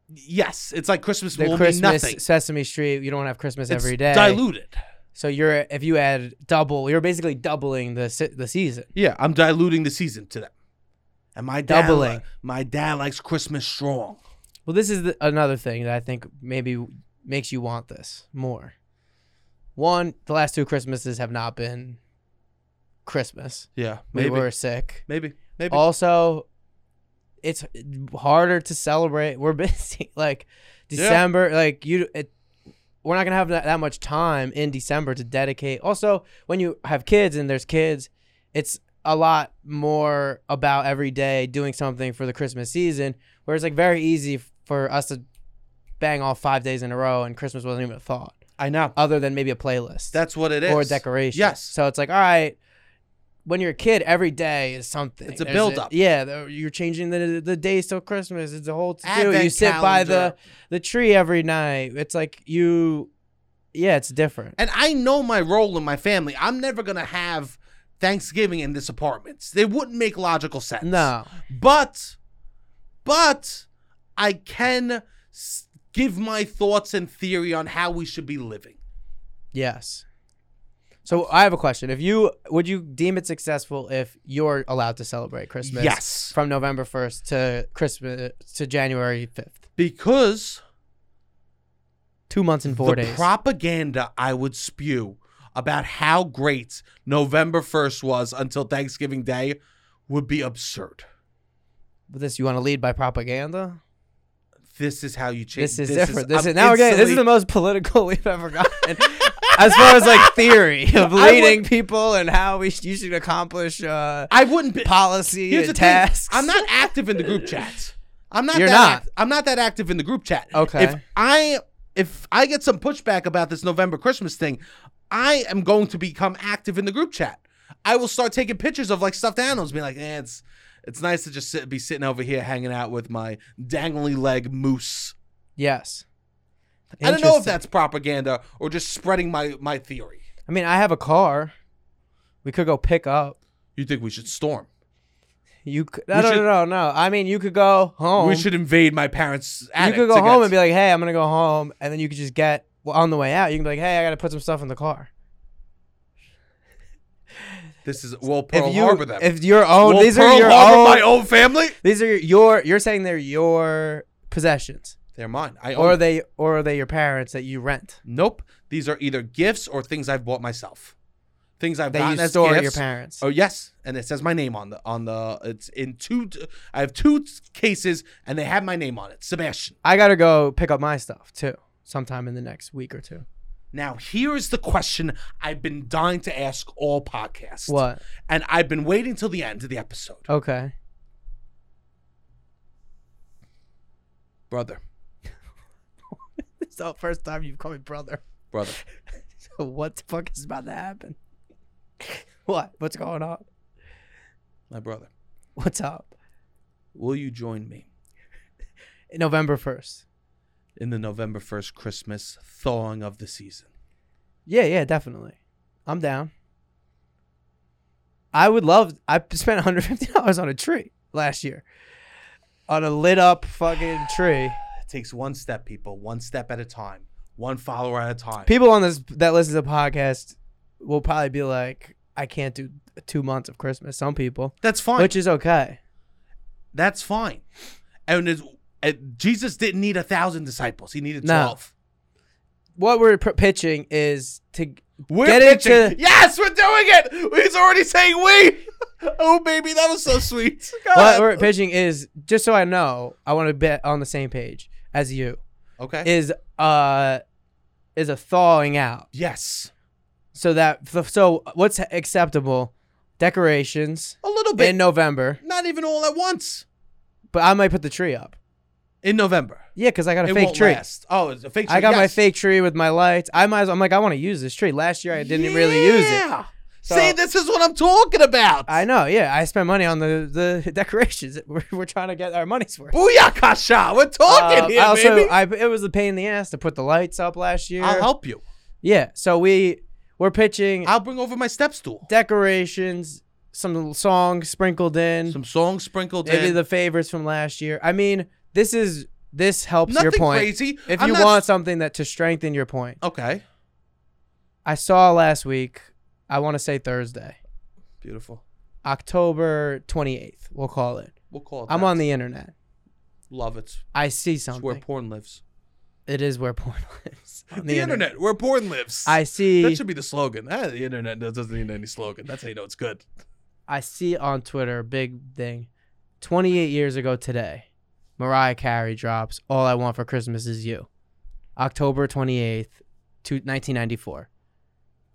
Speaker 1: Yes, it's like Christmas
Speaker 2: The
Speaker 1: will
Speaker 2: Christmas
Speaker 1: mean nothing.
Speaker 2: Sesame Street, you don't have Christmas
Speaker 1: It's
Speaker 2: every day.
Speaker 1: diluted.
Speaker 2: So you're if you add double, you're basically doubling the se- the season.
Speaker 1: Yeah, I'm diluting the season to them. And my dad,
Speaker 2: Doubling.
Speaker 1: my dad likes Christmas strong.
Speaker 2: Well, this is the, another thing that I think maybe makes you want this more. One, the last two Christmases have not been Christmas.
Speaker 1: Yeah,
Speaker 2: We
Speaker 1: maybe,
Speaker 2: were sick.
Speaker 1: maybe, maybe.
Speaker 2: Also, it's harder to celebrate. We're busy. Like December, like you it we're not going to have that, that much time in December to dedicate. Also, when you have kids and there's kids, it's a lot more about every day doing something for the Christmas season, where it's like very easy for us to bang off 5 days in a row and Christmas wasn't even a thought
Speaker 1: I know.
Speaker 2: other than maybe a playlist
Speaker 1: That's what it is.
Speaker 2: or a decoration.
Speaker 1: Yes.
Speaker 2: So it's like, all right, when you're a kid, every day is something.
Speaker 1: It's a
Speaker 2: There's
Speaker 1: build-up.
Speaker 2: yeah, the- you're changing the the days till Christmas. It's a whole to do.
Speaker 1: Advent
Speaker 2: You sit by the
Speaker 1: calendar.
Speaker 2: the tree every night. It's like you, yeah, it's different.
Speaker 1: And I know my role in my family. I'm never gonna have Thanksgiving in this apartment. It wouldn't make logical sense.
Speaker 2: No,
Speaker 1: But, but I can s- give my thoughts and theory on how we should be living.
Speaker 2: yes. So I have a question. If you would you deem it successful if you're allowed to celebrate Christmas?
Speaker 1: Yes,
Speaker 2: From November first to Christmas to January fifth,
Speaker 1: because
Speaker 2: two months and four
Speaker 1: the
Speaker 2: days.
Speaker 1: propaganda I would spew about how great November first was until Thanksgiving Day would be absurd.
Speaker 2: this you want to lead by propaganda?
Speaker 1: This is how you change.
Speaker 2: This is different. This
Speaker 1: I'm
Speaker 2: is now we're getting. This is
Speaker 1: instantly-
Speaker 2: the most political we've ever gotten, as far as like theory of
Speaker 1: I would-
Speaker 2: leading people and how we sh- you should accomplish uh,
Speaker 1: I wouldn't. Be,
Speaker 2: policy
Speaker 1: Here's the
Speaker 2: and
Speaker 1: thing,
Speaker 2: tasks.
Speaker 1: I'm not active in the group chats. I'm not.
Speaker 2: You're
Speaker 1: that
Speaker 2: not.
Speaker 1: act- I'm not that active in the group chat.
Speaker 2: Okay.
Speaker 1: If I if I get some pushback about this November Christmas thing, I am going to become active in the group chat. I will start taking pictures of like stuffed animals, being like, eh, it's it's nice to just sit, be sitting over here hanging out with my dangly leg moose.
Speaker 2: Yes.
Speaker 1: I don't know if
Speaker 2: Interesting.
Speaker 1: that's propaganda or just spreading my my theory.
Speaker 2: I mean, I have a car. We could go pick up.
Speaker 1: You think we should storm?
Speaker 2: You. Could,
Speaker 1: We
Speaker 2: no, no,
Speaker 1: should-
Speaker 2: no, no, no. I mean, you could go home.
Speaker 1: We should invade my parents'
Speaker 2: Oh. You
Speaker 1: attic.
Speaker 2: could go
Speaker 1: to
Speaker 2: home
Speaker 1: get-
Speaker 2: and be like, "Hey, I'm gonna go home," and then you could just get well, on the way out. You can be like, "Hey, I gotta put some stuff in the car."
Speaker 1: this is we'll Pearl
Speaker 2: if you,
Speaker 1: Harbor them.
Speaker 2: if your own,
Speaker 1: We'll
Speaker 2: Oh, these
Speaker 1: Pearl
Speaker 2: are your
Speaker 1: Harbor
Speaker 2: own.
Speaker 1: my own family.
Speaker 2: These are your. You're saying they're your possessions,
Speaker 1: They're mine. I own.
Speaker 2: or are
Speaker 1: Or
Speaker 2: they, or are they your parents that you rent
Speaker 1: nope. These are either gifts or things I've bought myself. Things I've
Speaker 2: that
Speaker 1: gotten
Speaker 2: you
Speaker 1: as
Speaker 2: store at your
Speaker 1: gifts.
Speaker 2: parents?
Speaker 1: Oh yes, and it says my name on the on the. It's in two. t- I have two t- cases, and they have my name on it. Sebastian.
Speaker 2: I gotta go pick up my stuff too, sometime in the next week or two.
Speaker 1: Now here is the question I've been dying to ask all podcasts.
Speaker 2: What?
Speaker 1: And I've been waiting till the end of the episode,
Speaker 2: Okay.
Speaker 1: brother.
Speaker 2: It's the first time you've called me brother.
Speaker 1: Brother.
Speaker 2: So what the fuck is about to happen? what? What's going on?
Speaker 1: My brother.
Speaker 2: What's up?
Speaker 1: Will you join me
Speaker 2: November first.
Speaker 1: in the November first Christmas thawing of the season?
Speaker 2: Yeah, yeah, definitely. I'm down. I would love. I spent 150 dollars on a tree last year, on a lit up fucking tree.
Speaker 1: It takes one step, people. One step at a time. One follower at a time.
Speaker 2: People on this that listen to the podcast will probably be like, "I can't do two months of Christmas." Some people,
Speaker 1: That's fine.
Speaker 2: which is okay.
Speaker 1: That's fine. And it's, and Jesus didn't need a thousand disciples. He needed
Speaker 2: No.
Speaker 1: twelve.
Speaker 2: What we're pr- pitching is to
Speaker 1: We're
Speaker 2: Get
Speaker 1: pitching.
Speaker 2: into-
Speaker 1: yes, we're doing it. He's already saying we. oh baby, that was so sweet.
Speaker 2: what
Speaker 1: God.
Speaker 2: we're pitching is just so I know. I want to bet on the same page as you
Speaker 1: okay.
Speaker 2: is uh is a thawing out.
Speaker 1: yes,
Speaker 2: So that so what's acceptable? Decorations
Speaker 1: a little bit.
Speaker 2: in November,
Speaker 1: Not even all at once
Speaker 2: but I might put the tree up.
Speaker 1: in November.
Speaker 2: Yeah, because I got a
Speaker 1: It
Speaker 2: fake
Speaker 1: won't
Speaker 2: tree.
Speaker 1: last. Oh, it's a fake tree.
Speaker 2: I got my
Speaker 1: yes.
Speaker 2: fake tree with my lights. I might as well, I'm like I want to use this tree. Last year I didn't really use it.
Speaker 1: Yeah.
Speaker 2: So-
Speaker 1: See, this is what I'm talking about.
Speaker 2: I know. Yeah, I spent money on the the decorations. We're, we're trying to get our money's worth.
Speaker 1: Booyakasha. We're talking
Speaker 2: Uh,
Speaker 1: here,
Speaker 2: I also,
Speaker 1: baby.
Speaker 2: I, it was a pain in the ass to put the lights up last year.
Speaker 1: I'll help you.
Speaker 2: Yeah, so we we're pitching
Speaker 1: I'll bring over my step stool.
Speaker 2: decorations, some little songs sprinkled in,
Speaker 1: Some songs sprinkled
Speaker 2: maybe
Speaker 1: in.
Speaker 2: the favorites from last year. I mean, this is this helps
Speaker 1: Nothing
Speaker 2: your point.
Speaker 1: crazy.
Speaker 2: If
Speaker 1: I'm
Speaker 2: you
Speaker 1: not-
Speaker 2: want something that to strengthen your point,
Speaker 1: Okay.
Speaker 2: I saw last week. I want to say Thursday,
Speaker 1: Beautiful.
Speaker 2: October twenty eighth. We'll call it.
Speaker 1: We'll call it
Speaker 2: I'm
Speaker 1: that.
Speaker 2: on the internet.
Speaker 1: Love it.
Speaker 2: I see
Speaker 1: It's where
Speaker 2: something.
Speaker 1: porn lives.
Speaker 2: It is where porn lives. On
Speaker 1: The, internet. where porn lives.
Speaker 2: I
Speaker 1: that
Speaker 2: see.
Speaker 1: should be the slogan. Ah, the internet does- doesn't need any slogan. That's how you know it's good.
Speaker 2: I see on Twitter a big thing. 28 years ago today, Mariah Carey drops "All I Want for Christmas Is You," October 28th, to 1994.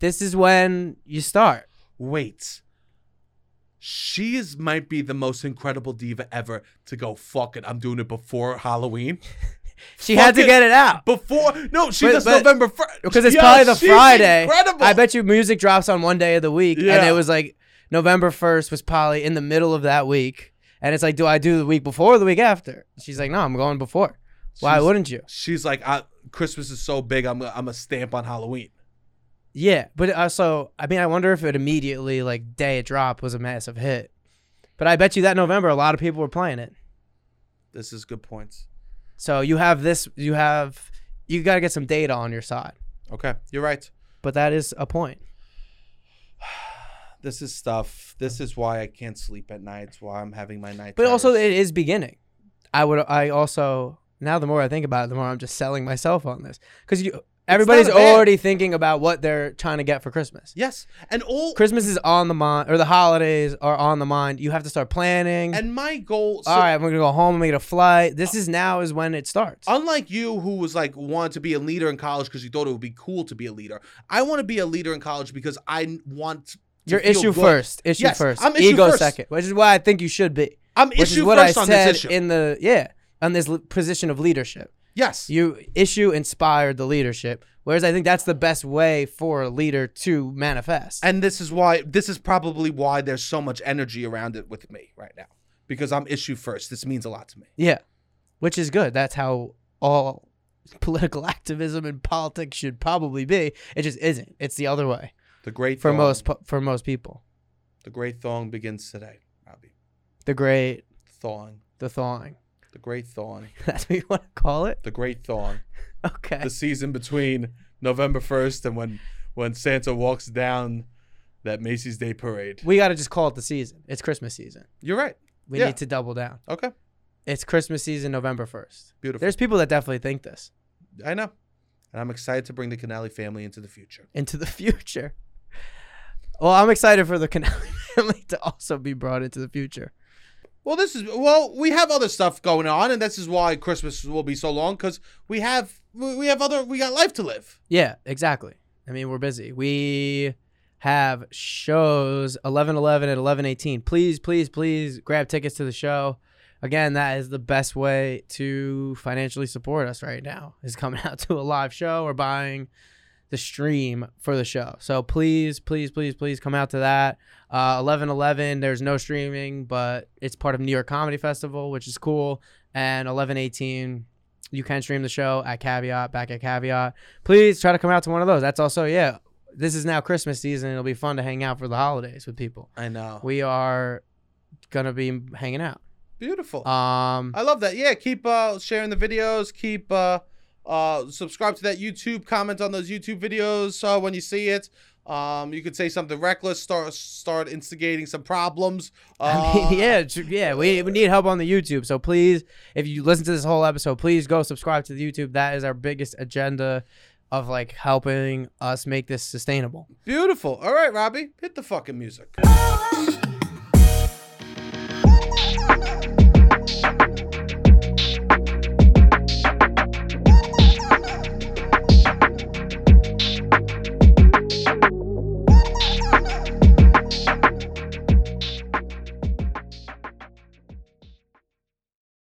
Speaker 2: This is when you start.
Speaker 1: Wait. She is might be the most incredible diva ever to go, fuck it. I'm doing it before Halloween.
Speaker 2: She had to
Speaker 1: Fucking-
Speaker 2: get it out
Speaker 1: Before no, she
Speaker 2: But-
Speaker 1: does
Speaker 2: but-
Speaker 1: November first
Speaker 2: because it's probably the Friday. I bet you music drops on one day of the week, and
Speaker 1: Yeah.
Speaker 2: it was like November 1st was probably in the middle of that week, and it's like, do I do the week before or the week after? She's like, no, I'm going before. Why
Speaker 1: She's-
Speaker 2: wouldn't you?
Speaker 1: She's like, I, Christmas is so big. I'm a, I'm a stamp on Halloween.
Speaker 2: Yeah, but also, I mean, I wonder if it immediately, like, day it dropped was a massive hit. But I bet you that November, a lot of people were playing it.
Speaker 1: This is good points.
Speaker 2: So you have this, you have, you got to get some data on your side.
Speaker 1: Okay, you're right.
Speaker 2: But that is a point.
Speaker 1: This is stuff. This is why I can't sleep at night. It's why I'm having my night.
Speaker 2: But also,
Speaker 1: terrors.
Speaker 2: it is beginning. I would, I also, now the more I think about it, the more I'm just selling myself on this. Because you, everybody's
Speaker 1: a bad-
Speaker 2: already thinking about what they're trying to get for Christmas.
Speaker 1: yes, and all
Speaker 2: Christmas is on the mind, or the holidays are on the mind. You have to start planning.
Speaker 1: and my goal. So
Speaker 2: All right, I'm gonna go home. I'm gonna get a flight. This is now is when it starts.
Speaker 1: Unlike you, who was like wanted to be a leader in college because you thought it would be cool to be a leader, I want to be a leader in college because I n- want. To
Speaker 2: Your
Speaker 1: feel
Speaker 2: issue
Speaker 1: good.
Speaker 2: first, issue
Speaker 1: Yes,
Speaker 2: 1st
Speaker 1: I'm issue
Speaker 2: ego
Speaker 1: first.
Speaker 2: second, which is why I think you should be.
Speaker 1: I'm
Speaker 2: Which
Speaker 1: issue
Speaker 2: is what
Speaker 1: first
Speaker 2: I
Speaker 1: on this
Speaker 2: said
Speaker 1: issue.
Speaker 2: in the yeah on this l- position of leadership.
Speaker 1: yes,
Speaker 2: You issue inspired the leadership, whereas I think that's the best way for a leader to manifest.
Speaker 1: and this is why this is probably why there's so much energy around it with me right now because I'm issue first. This means a lot to me.
Speaker 2: yeah, which is good. That's how all political activism and politics should probably be. It just isn't. It's the other way
Speaker 1: The great
Speaker 2: for
Speaker 1: thong-
Speaker 2: most po- for most people.
Speaker 1: The great thong begins today, Robbie.
Speaker 2: The great
Speaker 1: Thawing.
Speaker 2: the thawing.
Speaker 1: The great thawing.
Speaker 2: That's what you want to call it.
Speaker 1: The great thawing.
Speaker 2: Okay.
Speaker 1: the season between November 1st and when when Santa walks down that Macy's Day Parade.
Speaker 2: we got to just call it the season. It's Christmas season.
Speaker 1: You're right.
Speaker 2: We
Speaker 1: Yeah.
Speaker 2: need to double down.
Speaker 1: Okay.
Speaker 2: It's Christmas season, November 1st.
Speaker 1: Beautiful.
Speaker 2: There's people that definitely think this
Speaker 1: I know. And I'm excited to bring the Canali family into the future.
Speaker 2: into the future. Well, I'm excited for the Canali family to also be brought into the future.
Speaker 1: Well, this is well, we have other stuff going on and this is why Christmas will be so long cuz we have we we have other we got life to live.
Speaker 2: Yeah, exactly. I mean, we're busy. We have shows 11 11 and 11 18. Please, please, please grab tickets to the show. Again, that is the best way to financially support us right now is coming out to a live show or buying the stream for the show. So please, please, please, please come out to that. Uh, 11 11, there's no streaming, but it's part of New York Comedy Festival, which is cool. And 11 18, you can stream the show at Caveat, back at Caveat please try to come out to one of those. That's also yeah. This is now Christmas season. It'll be fun to hang out for the holidays with people.
Speaker 1: I know.
Speaker 2: We are gonna be hanging out.
Speaker 1: Beautiful.
Speaker 2: Um,
Speaker 1: I love that. Yeah, keep uh, sharing the videos. Keep uh, uh, subscribe to that YouTube. Comment on those YouTube videos uh, when you see it. Um, you could say something reckless. Start start instigating some problems. Uh,
Speaker 2: I mean, yeah, tr- yeah. We, we need help on the YouTube. So please, if you listen to this whole episode, please go subscribe to the YouTube. That is our biggest agenda of like helping us make this sustainable.
Speaker 1: Beautiful. All right, Robbie, hit the fucking music.
Speaker 3: Oh,